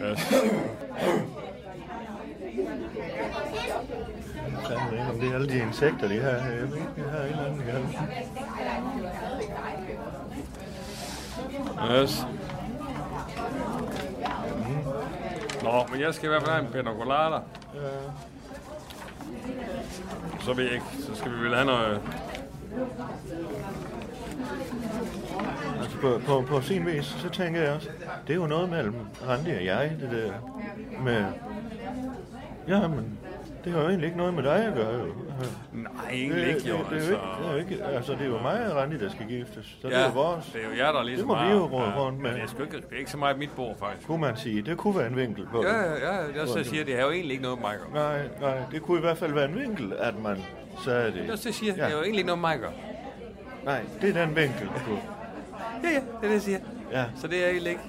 I: Yes.
A: Jeg ved ikke, om det er alle de insekter, de har. Jeg ved ikke, de har en eller anden gang.
I: Yes. Mhm. Nå, men jeg skal i hvert fald have en pina colada. Så ved jeg ikke, så skal vi vel have noget...
A: Altså på, på, på sin vis, så tænker jeg også, det er jo noget mellem Randi og jeg, det der med... Ja, men det har jo egentlig ikke noget med dig at gøre, jo.
I: Nej, egentlig ikke, jo,
A: Det, det, er jo ikke, det er jo
I: altså.
A: ikke, altså, det er jo mig og Randi, der skal giftes, så det
I: Ja,
A: er jo vores.
I: Det er jo jer, der ligesom
A: Det må vi
I: har-
A: jo råde rundt
I: Men
A: med,
I: det er, sgu ikke, det er ikke så meget mit bord, faktisk.
A: kunne man sige. Det kunne være en vinkel på
I: Ja,
A: det.
I: ja, ja. Jeg så siger, det er jo egentlig ikke noget, Michael.
A: Nej, nej, det kunne i hvert fald være en vinkel, at man sagde det.
I: Jeg så siger, det er jo egentlig ikke noget, Michael.
A: Nej, det er den vinkel, du.
I: Ja, ja, det er det, jeg siger.
A: Ja.
I: Så det er egentlig ikke...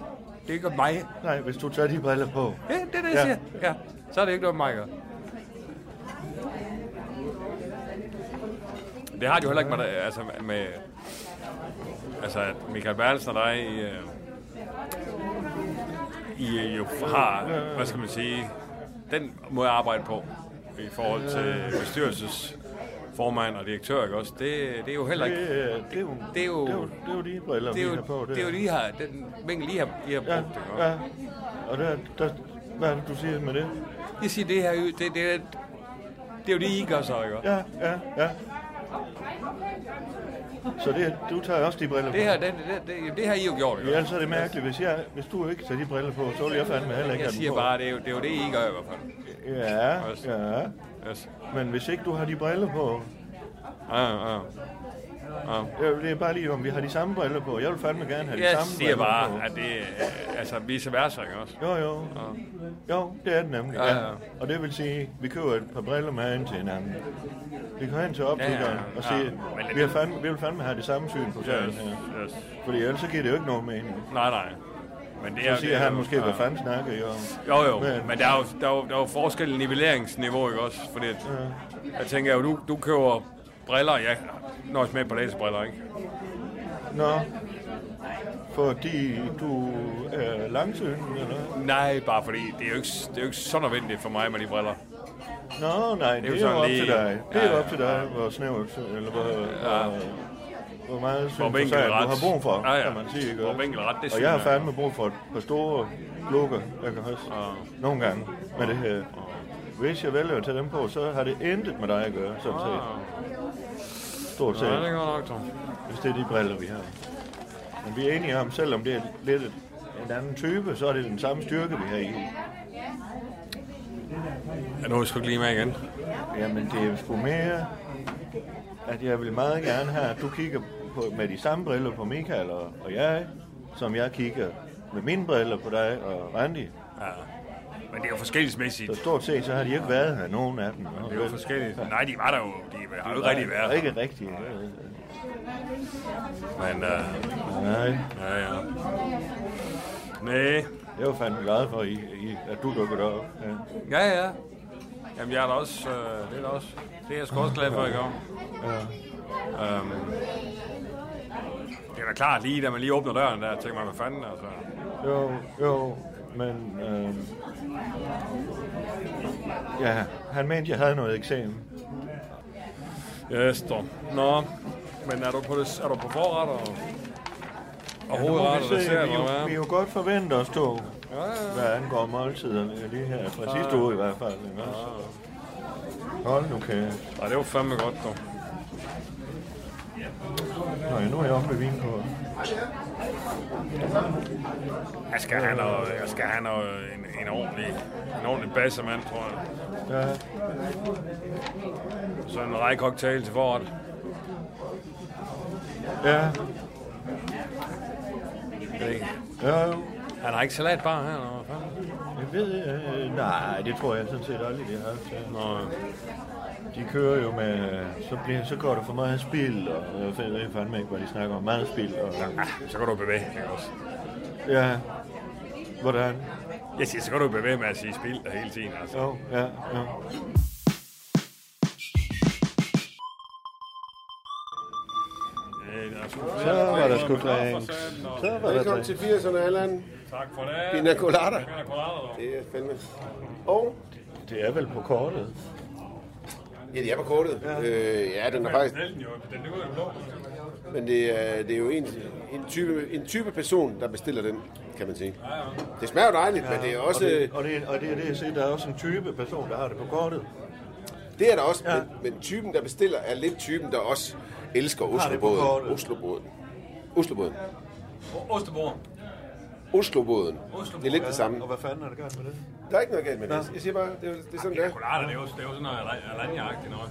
I: Det er ikke om mig.
A: Nej, hvis du tager de briller på.
I: Ja, det er det, jeg
A: Ja.
I: siger. Ja, så er det ikke noget, Michael. Det har de jo heller ikke med, altså med, altså at Michael Berlsen og dig øh, I øh, jo har, hvad skal man sige, den må jeg arbejde på i forhold til bestyrelsesformand og direktør, ikke også? Det, det er jo heller ikke...
A: Det, er- det, er jo,
I: det er jo-
A: det, er jo, det er jo de briller,
I: Det er
A: vi
I: jo,
A: har på.
I: det er jo
A: der.
I: lige her, den vinkel lige har, I har brugt,
A: Ja,
I: ikke også?
A: ja. Og der, der, hvad er det, du siger med det?
I: Jeg siger, det her, jo- det, det, er- det er jo det, I gør så, ikke også?
A: Ja, ja, ja. Så det, du tager også de briller på?
I: Det her, det, det, det, jamen, det har I jo gjort, ikke
A: Ja,
I: også?
A: altså er det mærkeligt. Hvis, jeg, hvis du ikke tager de briller på, så vil jeg fandme heller ikke
I: Jeg
A: have dem
I: siger
A: på.
I: bare, det er, jo, det er jo det, I gør i hvert fald.
A: Ja,
I: Yes.
A: ja.
I: Yes.
A: Men hvis ikke du har de briller på...
I: Ja, ja. ja.
A: Jeg vil- Det er bare lige, om vi har de samme briller på. Jeg vil fandme gerne have de
I: Jeg
A: samme
I: siger
A: briller på.
I: bare, at det er altså vice versa, ikke også?
A: Jo, jo. Jo, det er det nemlig.
I: Ja,
A: Ja,
I: ja.
A: ja. Og det vil sige, at vi køber et par briller med ind til hinanden. Vi går hen til optikeren
I: Ja,
A: ja,
I: ja,
A: ja,
I: ja.
A: og siger,
I: Ja, men
A: ja,
I: det-
A: vi, har fandme, vi vil fandme have det samme syn på sagen.
I: Yes,
A: her.
I: yes.
A: Fordi ellers så giver det jo ikke nogen mening.
I: Nej, nej. Men det er,
A: Så
I: det
A: siger
I: er
A: han
I: jo-
A: måske, hvad fanden snakker I om?
I: Jo, jo, men,
A: Men-
I: men der, er jo, der, er jo, der er jo forskel i nivelleringsniveau, ikke også? Fordi at, jeg tænker jo, du, du køber briller, jeg nøjes med på læsebriller, ikke?
A: Nå, fordi du er langsynende, eller? hvad?
I: Nej, bare fordi det er jo ikke, det er jo ikke så nødvendigt for mig med de briller.
A: Nå, nej, det er jo
I: sådan
A: op
I: lige-
A: til dig. Det er
I: Ja,
A: jo
I: ja.
A: op til dig, hvor snævert, eller hvor, hvor, hvor meget syn
I: Hvor
A: på sagen, du
I: vinkelret.
A: har brug for,
I: Ja, ja.
A: kan man sige. Ikke?
I: Hvor vinkelret, det
A: Og
I: syn
A: jeg har
I: er. Ah.
A: fandme brug for et par store lukker, jeg kan huske. Nogle gange med det her. Hvis jeg vælger at tage dem på, så har det intet med dig at gøre, sådan set. Stort set.
I: Ja, Ah. det er godt nok, Tom.
A: Hvis det er de briller, vi har. Men vi er enige om, selvom det er lidt et- en anden type, så er det den samme styrke, vi har i.
I: Ja, nu er jeg sgu ikke lige med igen.
A: Jamen, det er sgu mere, at jeg vil meget gerne have, at du kigger på, med de samme briller på Michael og, og jeg, som jeg kigger med mine briller på dig og Randi.
I: Ja. Men det er jo forskelligsmæssigt.
A: Så stort set, så har de ikke været her, nogen af dem.
I: Det er jo forskelligt. Nej, de var der jo. De har jo ikke rigtig været.
A: Ikke rigtigt.
I: Men, øh,
A: Nej.
I: ja, ja. Nej.
A: Jeg var fandme glad for, I, I, at du dukkede op. Ja.
I: Ja, ja. Jamen, jeg er da også... Øh, det er da også... Det er jeg sgu også glad for, ikke?
A: Ja.
I: Øhm, det er da klart lige, da man lige åbner døren der, tænker man, hvad fanden, altså.
A: Jo, jo. men øh, ja, han mente, jeg havde noget eksem.
I: Yes, dog. Nå, men er du på, det, er du på forret og, og
A: Ja, nu
I: ja,
A: må vi
I: hovedret og
A: se.
I: dessert,
A: Vi jo-
I: eller hvad?
A: Vi jo godt forvente os to,
I: Ja, ja, ja.
A: hvad angår måltiderne lige her. Fra sidste
I: Ja.
A: uge i hvert fald. Ikke? også? Hold nu kæft.
I: Nej, det var fandme godt, dog.
A: Nå, ja, nu er jeg oppe med vinkål.
I: Jeg skal have noget, jeg skal have noget, en, en ordentlig, en ordentlig bassemand, tror jeg.
A: Ja.
I: Så en række cocktail til foråret.
A: Ja.
I: Ja. Han har ikke salatbar her, eller hvad fanden?
A: Jeg ved, øh, nej, det tror jeg sådan set aldrig, de har haft. Ja. Nå. De kører jo med, øh, så, bliver, så går der for meget spild, og øh, jeg ved fandme ikke, hvad de snakker om. Meget spild. Og,
I: Ah, så går du bevæge, ikke også?
A: Ja. Hvordan?
I: Jeg siger, så kan du bevæge med at sige spil hele tiden, altså.
A: Jo, ja, ja.
I: Så
E: Så var der sgu
A: drinks.
E: Så var der Velkommen til 80'erne, Allan.
I: Tak for det.
E: Pina colada.
I: Pina colada, dog.
E: Det er fandme. Og?
A: Det er vel på kortet.
E: Ja, det er på kortet. Ja, øh, ja den er faktisk...
I: Den jo, den er ud af blå.
E: Men det er, det er jo en, en, type, en type person, der bestiller den, kan man sige. Det smager jo dejligt, ja, men det er også...
A: Og det, og det, og det er det, jeg siger, der er også en type person, der har det på kortet.
E: Det er der også, ja. men, men typen, der bestiller, er lidt typen, der også elsker
A: Har det på kortet.
E: Oslobåden. Oslobåden. Oslobåden.
I: Osteborg.
E: Oslobåden. Det er lidt det samme.
A: Og hvad fanden er det galt med det?
E: Der er ikke noget galt med det. Jeg siger bare, det er, det er sådan, det er.
I: Colada, det er jo, det er jo sådan noget alanja-agtigt noget.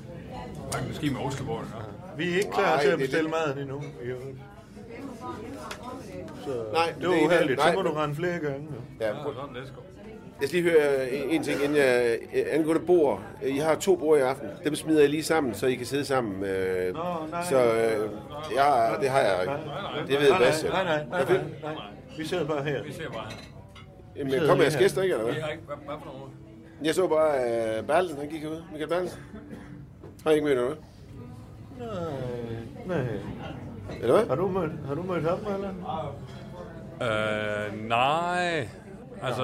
I: Faktisk Måske med Osteborg, ja.
A: Vi er ikke
I: Nej,
A: klar til
I: det er
A: at bestille
I: det.
A: maden endnu. i øvrigt. Så
E: Nej,
A: det
E: det
A: var
E: er-
A: uheldigt. Så
E: nej,
A: må du
E: men-
A: rende flere gange. jo.
E: Ja,
I: Ja, sådan, let's go.
E: Jeg skal lige høre en, en ting, inden jeg øh, angående bord. I har to bord i aften. Dem smider jeg lige sammen, så I kan sidde sammen. Øh, Nå,
A: nej.
E: så øh, ja, det har jeg. Det ved
A: nej,
E: Bas. jo.
A: Nej, nej, nej, nej,
E: Hvad ved-
A: nej, nej. Vi sidder bare her. Vi
I: sidder bare her.
E: Jamen, kommer jeres gæster ikke, eller hvad?
I: Vi har ikke, hvad, hvad for noget?
E: Jeg så bare øh, Bertelsen, han gik ud. Michael Bertelsen. Har I ikke mødt noget?
A: Nej.
E: Eller hvad?
A: Har du mødt, har du mødt ham, eller?
I: Øh, nej. Altså...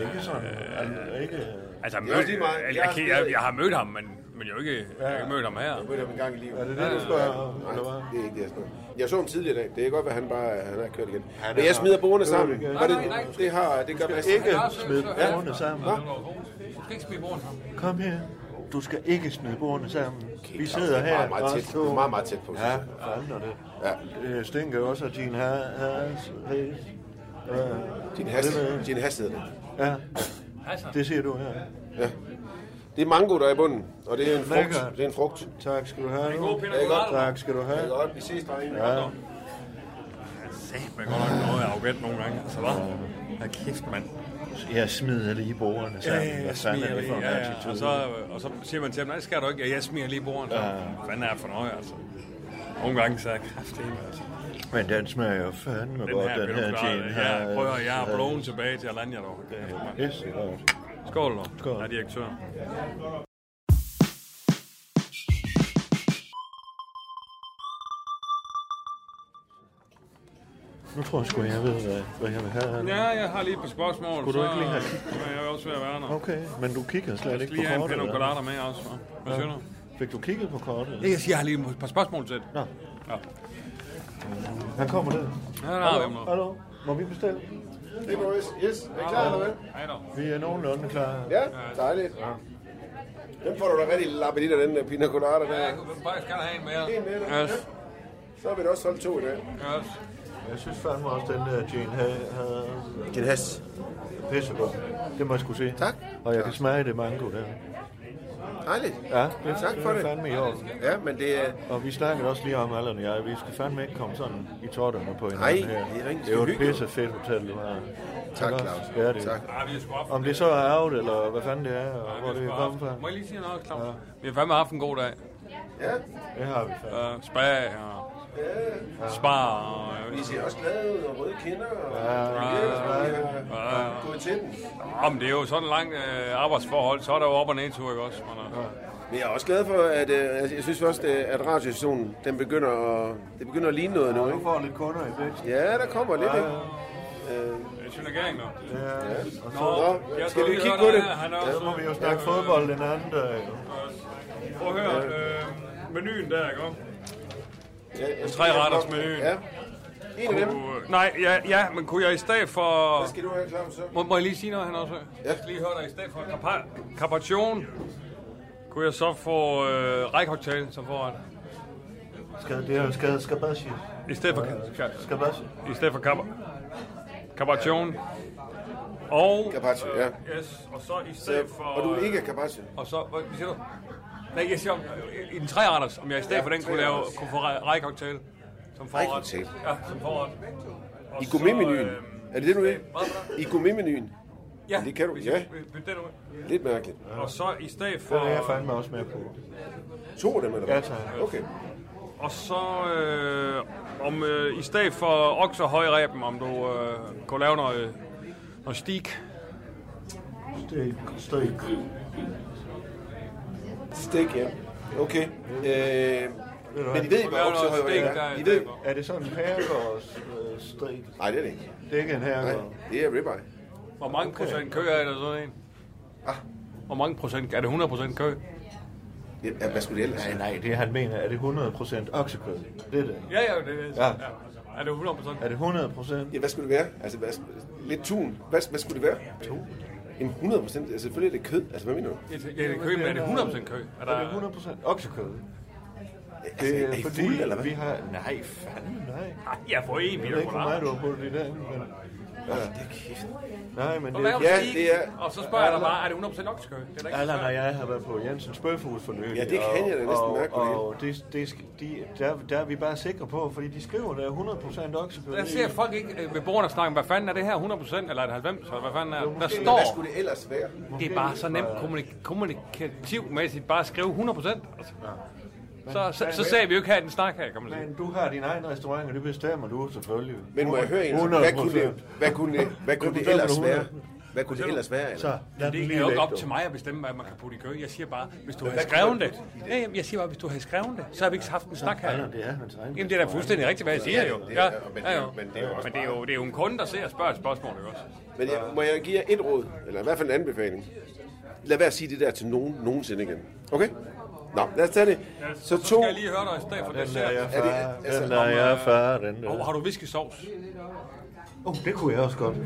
A: Ikke sådan. Øh, ikke...
I: Altså,
A: Det er også
I: mød,
A: lige meget.
I: jeg,
A: Jeg
I: jeg,
A: har
I: jeg, jeg, har mødt ham, men, men jeg har jo ikke, jeg har ikke mødt ham her.
E: Jeg mødte ham en gang i livet.
A: Er det det, du spørger om,
E: Nej,
A: eller
E: nej,
A: hvad?
E: det er ikke det, jeg spørger om. Jeg så ham tidligere i dag. Det er godt, at han bare øh, han har kørt igen.
A: er
E: Men jeg
A: bare-
E: smider bordene
A: kørt
E: sammen.
A: igen.
E: Var det,
A: Nej, nej, nej.
E: det, har, det gør
A: Du
E: Bas.
A: skal ikke smide bordene sammen.
E: Nå?
I: Du skal ikke smide borden ham.
A: Kom her. Du skal ikke smide bordene sammen. Vi
E: Claus,
A: sidder
E: det
A: her.
E: er meget, meget
A: os
E: tæt.
A: to.
E: Det er meget, meget tæt på, synes
A: Ja,
E: jeg.
A: fanden er det.
E: Ja.
A: Det stinker jo også af din has. has, has.
E: Din hastighed. Din hastighed.
A: Ja, det siger du her.
E: Ja. Det er mango, der er i bunden, og det er en
A: Lækkert.
E: frugt. Det er en frugt.
A: Tak skal du have.
E: god
A: Nu.
E: pina colada,
A: Tak skal du
E: Det er
A: have.
E: godt. Vi ses, drenge.
A: Ja.
I: Men godt nok noget arrogant nogle gange. Altså, hvad? Ja, kæft, mand.
A: Jeg smider lige bordene sammen. Hvad fanden er det for en
I: ja, ja.
A: attitude?
I: Og, så, øh, og så siger man til ham, nej, det skal du ikke. Ja, jeg smiger lige borden. Ja. Hvad fanden er det for noget, altså? Nogle gange så er jeg kraftig, altså.
A: Men den smager jo fandme
I: Den
A: godt,
I: her,
A: den her gin.
I: Ja,
A: her.
I: prøv at jeg er blown tilbage til Alanya, dog.
A: Yes, det er godt.
I: Skål, dog. Skål. Er direktør.
A: Nu tror jeg sgu, jeg ved, hvad, hvad jeg vil have.
I: Ja, jeg har lige et par spørgsmål.
A: Skulle du
I: så,
A: ikke lige have-
I: øh, Jeg er også ved at være der.
A: Okay, men du kigger
I: Jeg
A: slet
I: skal
A: ikke
I: lige
A: på
I: have en
A: kortet.
I: pino
A: eller?
I: colada med også. hva'? Hvad
A: Ja.
I: siger du?
A: Fik du kigget på kortet?
I: Ja, jeg siger, jeg har lige et par spørgsmål til det.
A: Nå.
I: Ja.
A: Han kommer ned.
I: Ja, der er
A: Hallo,
I: vi med.
A: hallo. Må vi bestille?
E: Det er boys. Yes. Er I klar, eller hvad?
I: Hej dog.
A: Vi er nogenlunde klar.
E: Ja, dejligt. Den får du da rigtig lappet i dig, den der pina colada der.
I: Jeg kunne faktisk gerne have en mere.
E: En mere, der.
I: Yes.
E: Så har vi da også solgt to i dag.
I: Yes.
A: Jeg synes fandme også, den der Jane havde... havde...
E: Gin Has.
A: Pissegod. Det må jeg skulle se.
E: Tak.
A: Og jeg kan smage det mango der.
E: Dejligt.
A: Ja, det,
E: tak for
A: det.
E: det.
A: er fandme i orden.
E: Ja, men det er...
A: Og vi snakkede også lige om alderen, jeg. Vi skal fandme ikke komme sådan i tårterne på
E: Nej,
A: hinanden her.
E: det er rigtig
A: Det er jo et
E: hyggeligt.
A: pisse fedt hotel, det var.
E: Tak,
A: Ikke også?
E: Claus.
A: Ja, det er.
E: Tak.
I: Ja, vi er sgu haft-
A: Om det så er out, eller hvad fanden det er, og
I: Ja,
A: hvor
I: vi
A: det
I: har
A: er
I: sgu
A: kommet
I: haft-
A: fra.
I: Må jeg lige sige noget, Claus? Vi har fandme haft en god dag.
E: Ja,
A: Det har vi fandme.
I: Uh, spa og spar og...
E: vi ser også glade ud og røde kinder. Og...
I: Ja.
E: Gå til den.
I: Ja, men det er jo sådan et langt øh, arbejdsforhold, så er der jo op- og nedtur, ikke også? øh, Man er,
E: Men jeg er også glad for, at øh, altså, jeg synes også, det- at radiostationen, den begynder at, det begynder at ligne noget nu,
A: Du
E: ikke?
A: får lidt kunder i bækst.
E: Ja, der kommer lidt, ikke? Øh,
I: jeg synes, regering nu.
A: Nå,
I: jeg
A: skal
I: tror,
A: vi
I: vi
A: kigge
I: hører
A: på det?
I: der, han er
A: Ja, så
I: også-
A: må vi jo snakke fodbold den anden dag. jo.
I: Prøv at høre, øh, menuen der, ikke?
E: Ja,
I: Tre retters menuen.
E: Ja. En af dem.
I: Kunne- Nej, ja, ja, men kunne jeg i stedet for... Hvad skal
E: du have, Claus?
I: Må, må jeg lige sige noget, han også?
E: Ja.
I: Lige høre dig i stedet for carpa- carpaccion. Kunne jeg så få øh, rækhocktail som forret?
B: Skal, det er jo skal, skabashi.
I: I stedet for...
B: Skabashi.
I: I stedet for carpa- carpaccion. Og...
E: Carpaccio, ja.
I: Yes, og så i stedet for...
E: Og du vil ikke have carpaccio?
I: Og så... Hvad hvad siger du? Nej, jeg siger, om, i den træretters, om jeg i stedet
E: Ja,
I: ja, for den kunne, lave,
E: treretters.
I: kunne få ræ- rækhocktail som forret.
E: Rækhocktail.
I: Ja, som forret. øh,
E: I gourmetmenuen. Er det det, du er? I gourmetmenuen.
I: øhm, Ja,
E: Det kan du,
I: hvis
E: ja.
I: jeg- Byt den ud.
E: Lidt mærkeligt.
I: Og så i stedet for...
E: Den er jeg fandme
B: også med på.
E: To af dem, eller hvad?
B: Ja, tak.
E: Okay.
I: Og så øh, om øh, i stedet for okse og højræben, om du øh, kunne lave noget, noget stik.
B: Stik, stik.
E: Stik, ja. Okay. Øh, men I ved ikke, hvad oksehøjre er. I ved...
B: Er det sådan en herregårds øh, strik?
E: Nej, det er det ikke.
B: Det er ikke en herregård.
E: Nej, det er ribeye.
I: Hvor mange procent kø er der sådan en? Hvor mange procent? Er det 100 procent kø?
E: Ja, hvad skulle det ellers
B: Nej, nej, det han mener, er det 100% oksekød? Det er det.
I: Ja, ja, det er det.
B: Ja.
I: Er det 100 procent?
B: Er det 100%?
E: Ja, hvad skulle det være? Altså, hvad, lidt tun. Hvad, hvad skulle det være? To. En 100 procent. Altså, selvfølgelig er det kød. Altså, hvad mener du?
I: Ja, det er kø, men er det 100 procent kø?
B: Er det 100% oksekød? Øh,
E: Altså, er I fulde, eller hvad?
B: vi har... Nej, fanden nej.
I: Ej, jeg får en
B: Jeg
I: bitte
B: ved ikke, hvor meget
I: chokolade.
B: du har puttet i dag, men... Ja. Nej, men
I: Og
B: det
I: hvad
B: er...
I: om stik? Og så spørger jeg dig bare, er det 100 procent oksekø? Det er der ikke,
B: Allan og jeg har været på Jensens Bøfhus for nylig.
E: Ja, det kan jeg da næsten
B: og,
E: mærke på det hele.
B: Og, og det, det, sk- de, der, der er vi bare sikre på, fordi de skriver, der er 100% oksekød.
I: der ser folk ikke øh, ved bordene og snakker, hvad fanden er det her, 100% eller er det 90? Eller hvad fanden er det? Der
E: Hvad
I: står,
E: skulle det ellers være?
I: Det er bare så nemt kommunik- kommunikativmæssigt bare at skrive 100%. Altså. Så, så, så sagde vi jo ikke her den snak her, kan man sige.
B: Men du har din egen restaurant, og det bestemmer du selvfølgelig.
E: Men må jeg høre en, hvad kunne det, hvad kunne det, hvad kunne det ellers være? Hvad kunne det ellers være? Eller?
B: Så, lad
I: Det
B: den
I: er
B: lige
I: jo ikke
B: ligge,
I: op
B: du.
I: til mig at bestemme, hvad man kan putte i kø. Jeg siger bare, hvis du
B: Men
I: havde
B: hvad kunne
I: skrevet
B: man
I: det. Ja, jamen, jeg siger bare, hvis du havde skrevet det, så har vi ikke haft en snak her.
B: Allan, det er hans egen
I: Jamen, det er da fuldstændig rigtigt, hvad jeg siger jo.
E: det er-
I: Ja,
E: ja, men det er-
I: ja, jo.
E: men det er jo også
I: Men det er jo, det er jo en kunde, der ser og spørger et spørgsmål, ikke også?
E: Men jeg, må jeg give jer et råd, eller i hvert fald en anbefaling. Lad være at sige det der til nogen nogensinde igen. Okay? Nå, lad os tage det. Så
I: Så skal
E: to...
I: jeg lige høre dig i stedet for det.
B: lader jeg
E: Er det-
B: fare, den
E: altså,
B: lader
E: om,
B: jeg
E: øh,
B: fare, den der.
I: Og har du viskesovs?
B: Oh, det kunne jeg også godt.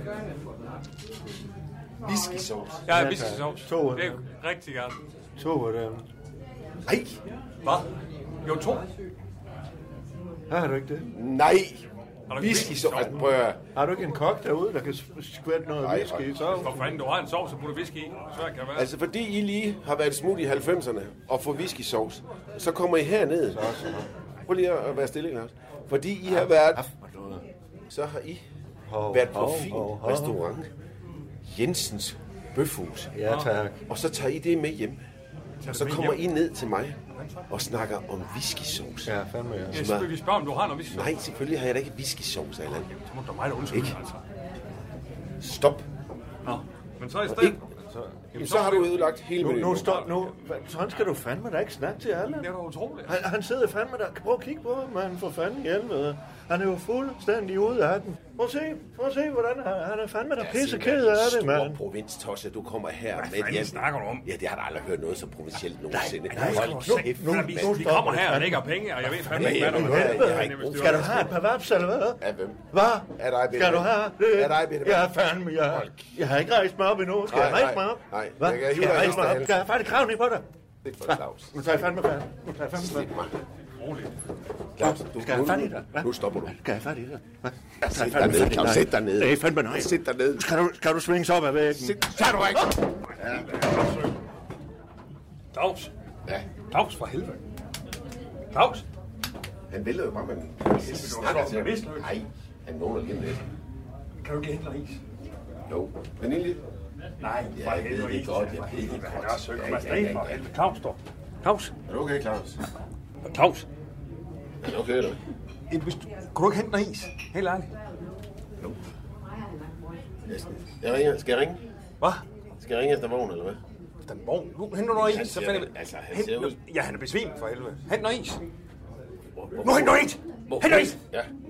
E: Whiskysauce.
I: Ja, viskesovs.
B: To af
I: Det er
B: dem.
I: rigtig godt.
B: To af dem.
E: Nej,
I: Hvad? Jo, to.
B: Her har du ikke det.
E: nej. Whiskysauce. Altså, prøv at høre.
B: Har du ikke en kok derude, der kan s- skvætte noget
E: Ej,
B: whisky i
I: For
B: sovsen?
I: fanden, du har en sovs, så putter whisky i. Svært kan det være.
E: Altså, fordi I lige har været smut i 90'erne og får whiskysauce, så kommer I herned. Prøv lige at være stille, Lars. Fordi I har været... Så har I været på
B: hov,
E: fin
B: hov, hov.
E: restaurant. Jensens Bøfhus.
B: Ja, tak.
E: Og så tager I det med hjem. Og så
I: med
E: kommer I
I: hjem?
E: ned til mig og snakker om whiskysauce.
B: Ja, fandme ja.
I: Jeg skal vi spørge, om du har noget viskesovs?
E: Nej, selvfølgelig har jeg da ikke whiskysauce, Allan.
I: Så må du da mig da undskylde,
E: Ikke?
I: altså.
E: Stop.
I: Nå. Men så i
E: Ikke?
I: stedet...
E: Jamen, så har du ødelagt hele
B: Nu, nu
E: menuen.
B: stop nu. Hva- Sådan skal du fandme da ikke snakke til Allan.
I: Det er da utroligt.
B: Han, han sidder fandme der. Prøv at kigge på ham, han for fanden i helvede. Han er jo fuldstændig ude af den. Prøv at se, prøv at se, hvordan han, han er fandme der pisse ked af det, mand.
E: provinstosse, du kommer her med
I: fanden
E: hjem.
I: snakker du om?
E: Ja, det har jeg aldrig hørt noget så provincielt nogensinde.
B: nej,
E: Hold
B: nu-
E: kæft,
B: nu-
E: mand.
B: nu-
I: Vi kommer her og lægger penge, og jeg ved fandme ikke, hvad
E: Ja,
I: der
E: ja,
I: er.
E: ja, jeg har ikke brug for
B: Skal du have et par vaps, eller hvad?
E: Af hvem?
B: Hvad?
E: Er dig, Peter
B: Skal du
E: Mand?
B: have det?
E: Er dig, Peter
B: Jeg
E: Mand?
B: har fandme, jeg har, jeg har ikke rejst mig op endnu. Skal
E: Nej,
B: jeg rejse
E: nej,
B: mig op?
E: nej.
B: Hvad?
E: Jeg kan hive
B: Skal jeg
E: dig i
B: rejse mig op?
E: hestehalen.
B: Skal jeg faktisk kraven i på dig?
E: Det er for Claus.
B: Nu tager jeg fandme fat. Nu tager jeg fandme fat.
E: Claus, du,
B: Skal jeg
E: nu,
B: have fat i dig? Hva?
E: nu stopper du.
B: Skal jeg have fat i dig? Hva?
E: Sæt dig ned, Claus. Sæt dig ned.
B: Det er fandme nej.
E: Sæt dig ned.
B: Skal du, skal du svinges op af væggen?
E: Sæt dig du ikke.
I: Dags.
E: Ja,
I: Dags for helvede. Dags.
E: han vælger jo bare, men... Nej, han vågner lige om lidt.
I: Kan du ikke hente noget is?
E: Jo. Vanilje?
I: Nej,
E: Ja, jeg ved det godt, jeg ved det godt. Ja,
I: Hvad
E: ja,
I: er det
E: ja,
I: for
E: ja.
I: helvede? Claus, dog. Claus.
E: Er du okay, Claus?
I: Claus.
E: Er du okay, eller?
I: Hvis du, kunne du ikke hente noget is? Helt ærligt.
E: Jeg skal- Jeg ringer. Skal jeg ringe?
I: Hvad?
E: Skal jeg ringe efter vogn, eller hvad?
I: Den vogn. Nu henter du noget
E: Han
I: is, så
E: ser-
I: finder vi...
E: altså, han
I: Hent
E: ser ud-
I: noget- Ja, han er besvimt for helvede. Hent noget is.
E: Hvor- hvor-
I: Nu hent noget is!
E: hvor-
I: Hent noget is!
E: Ja.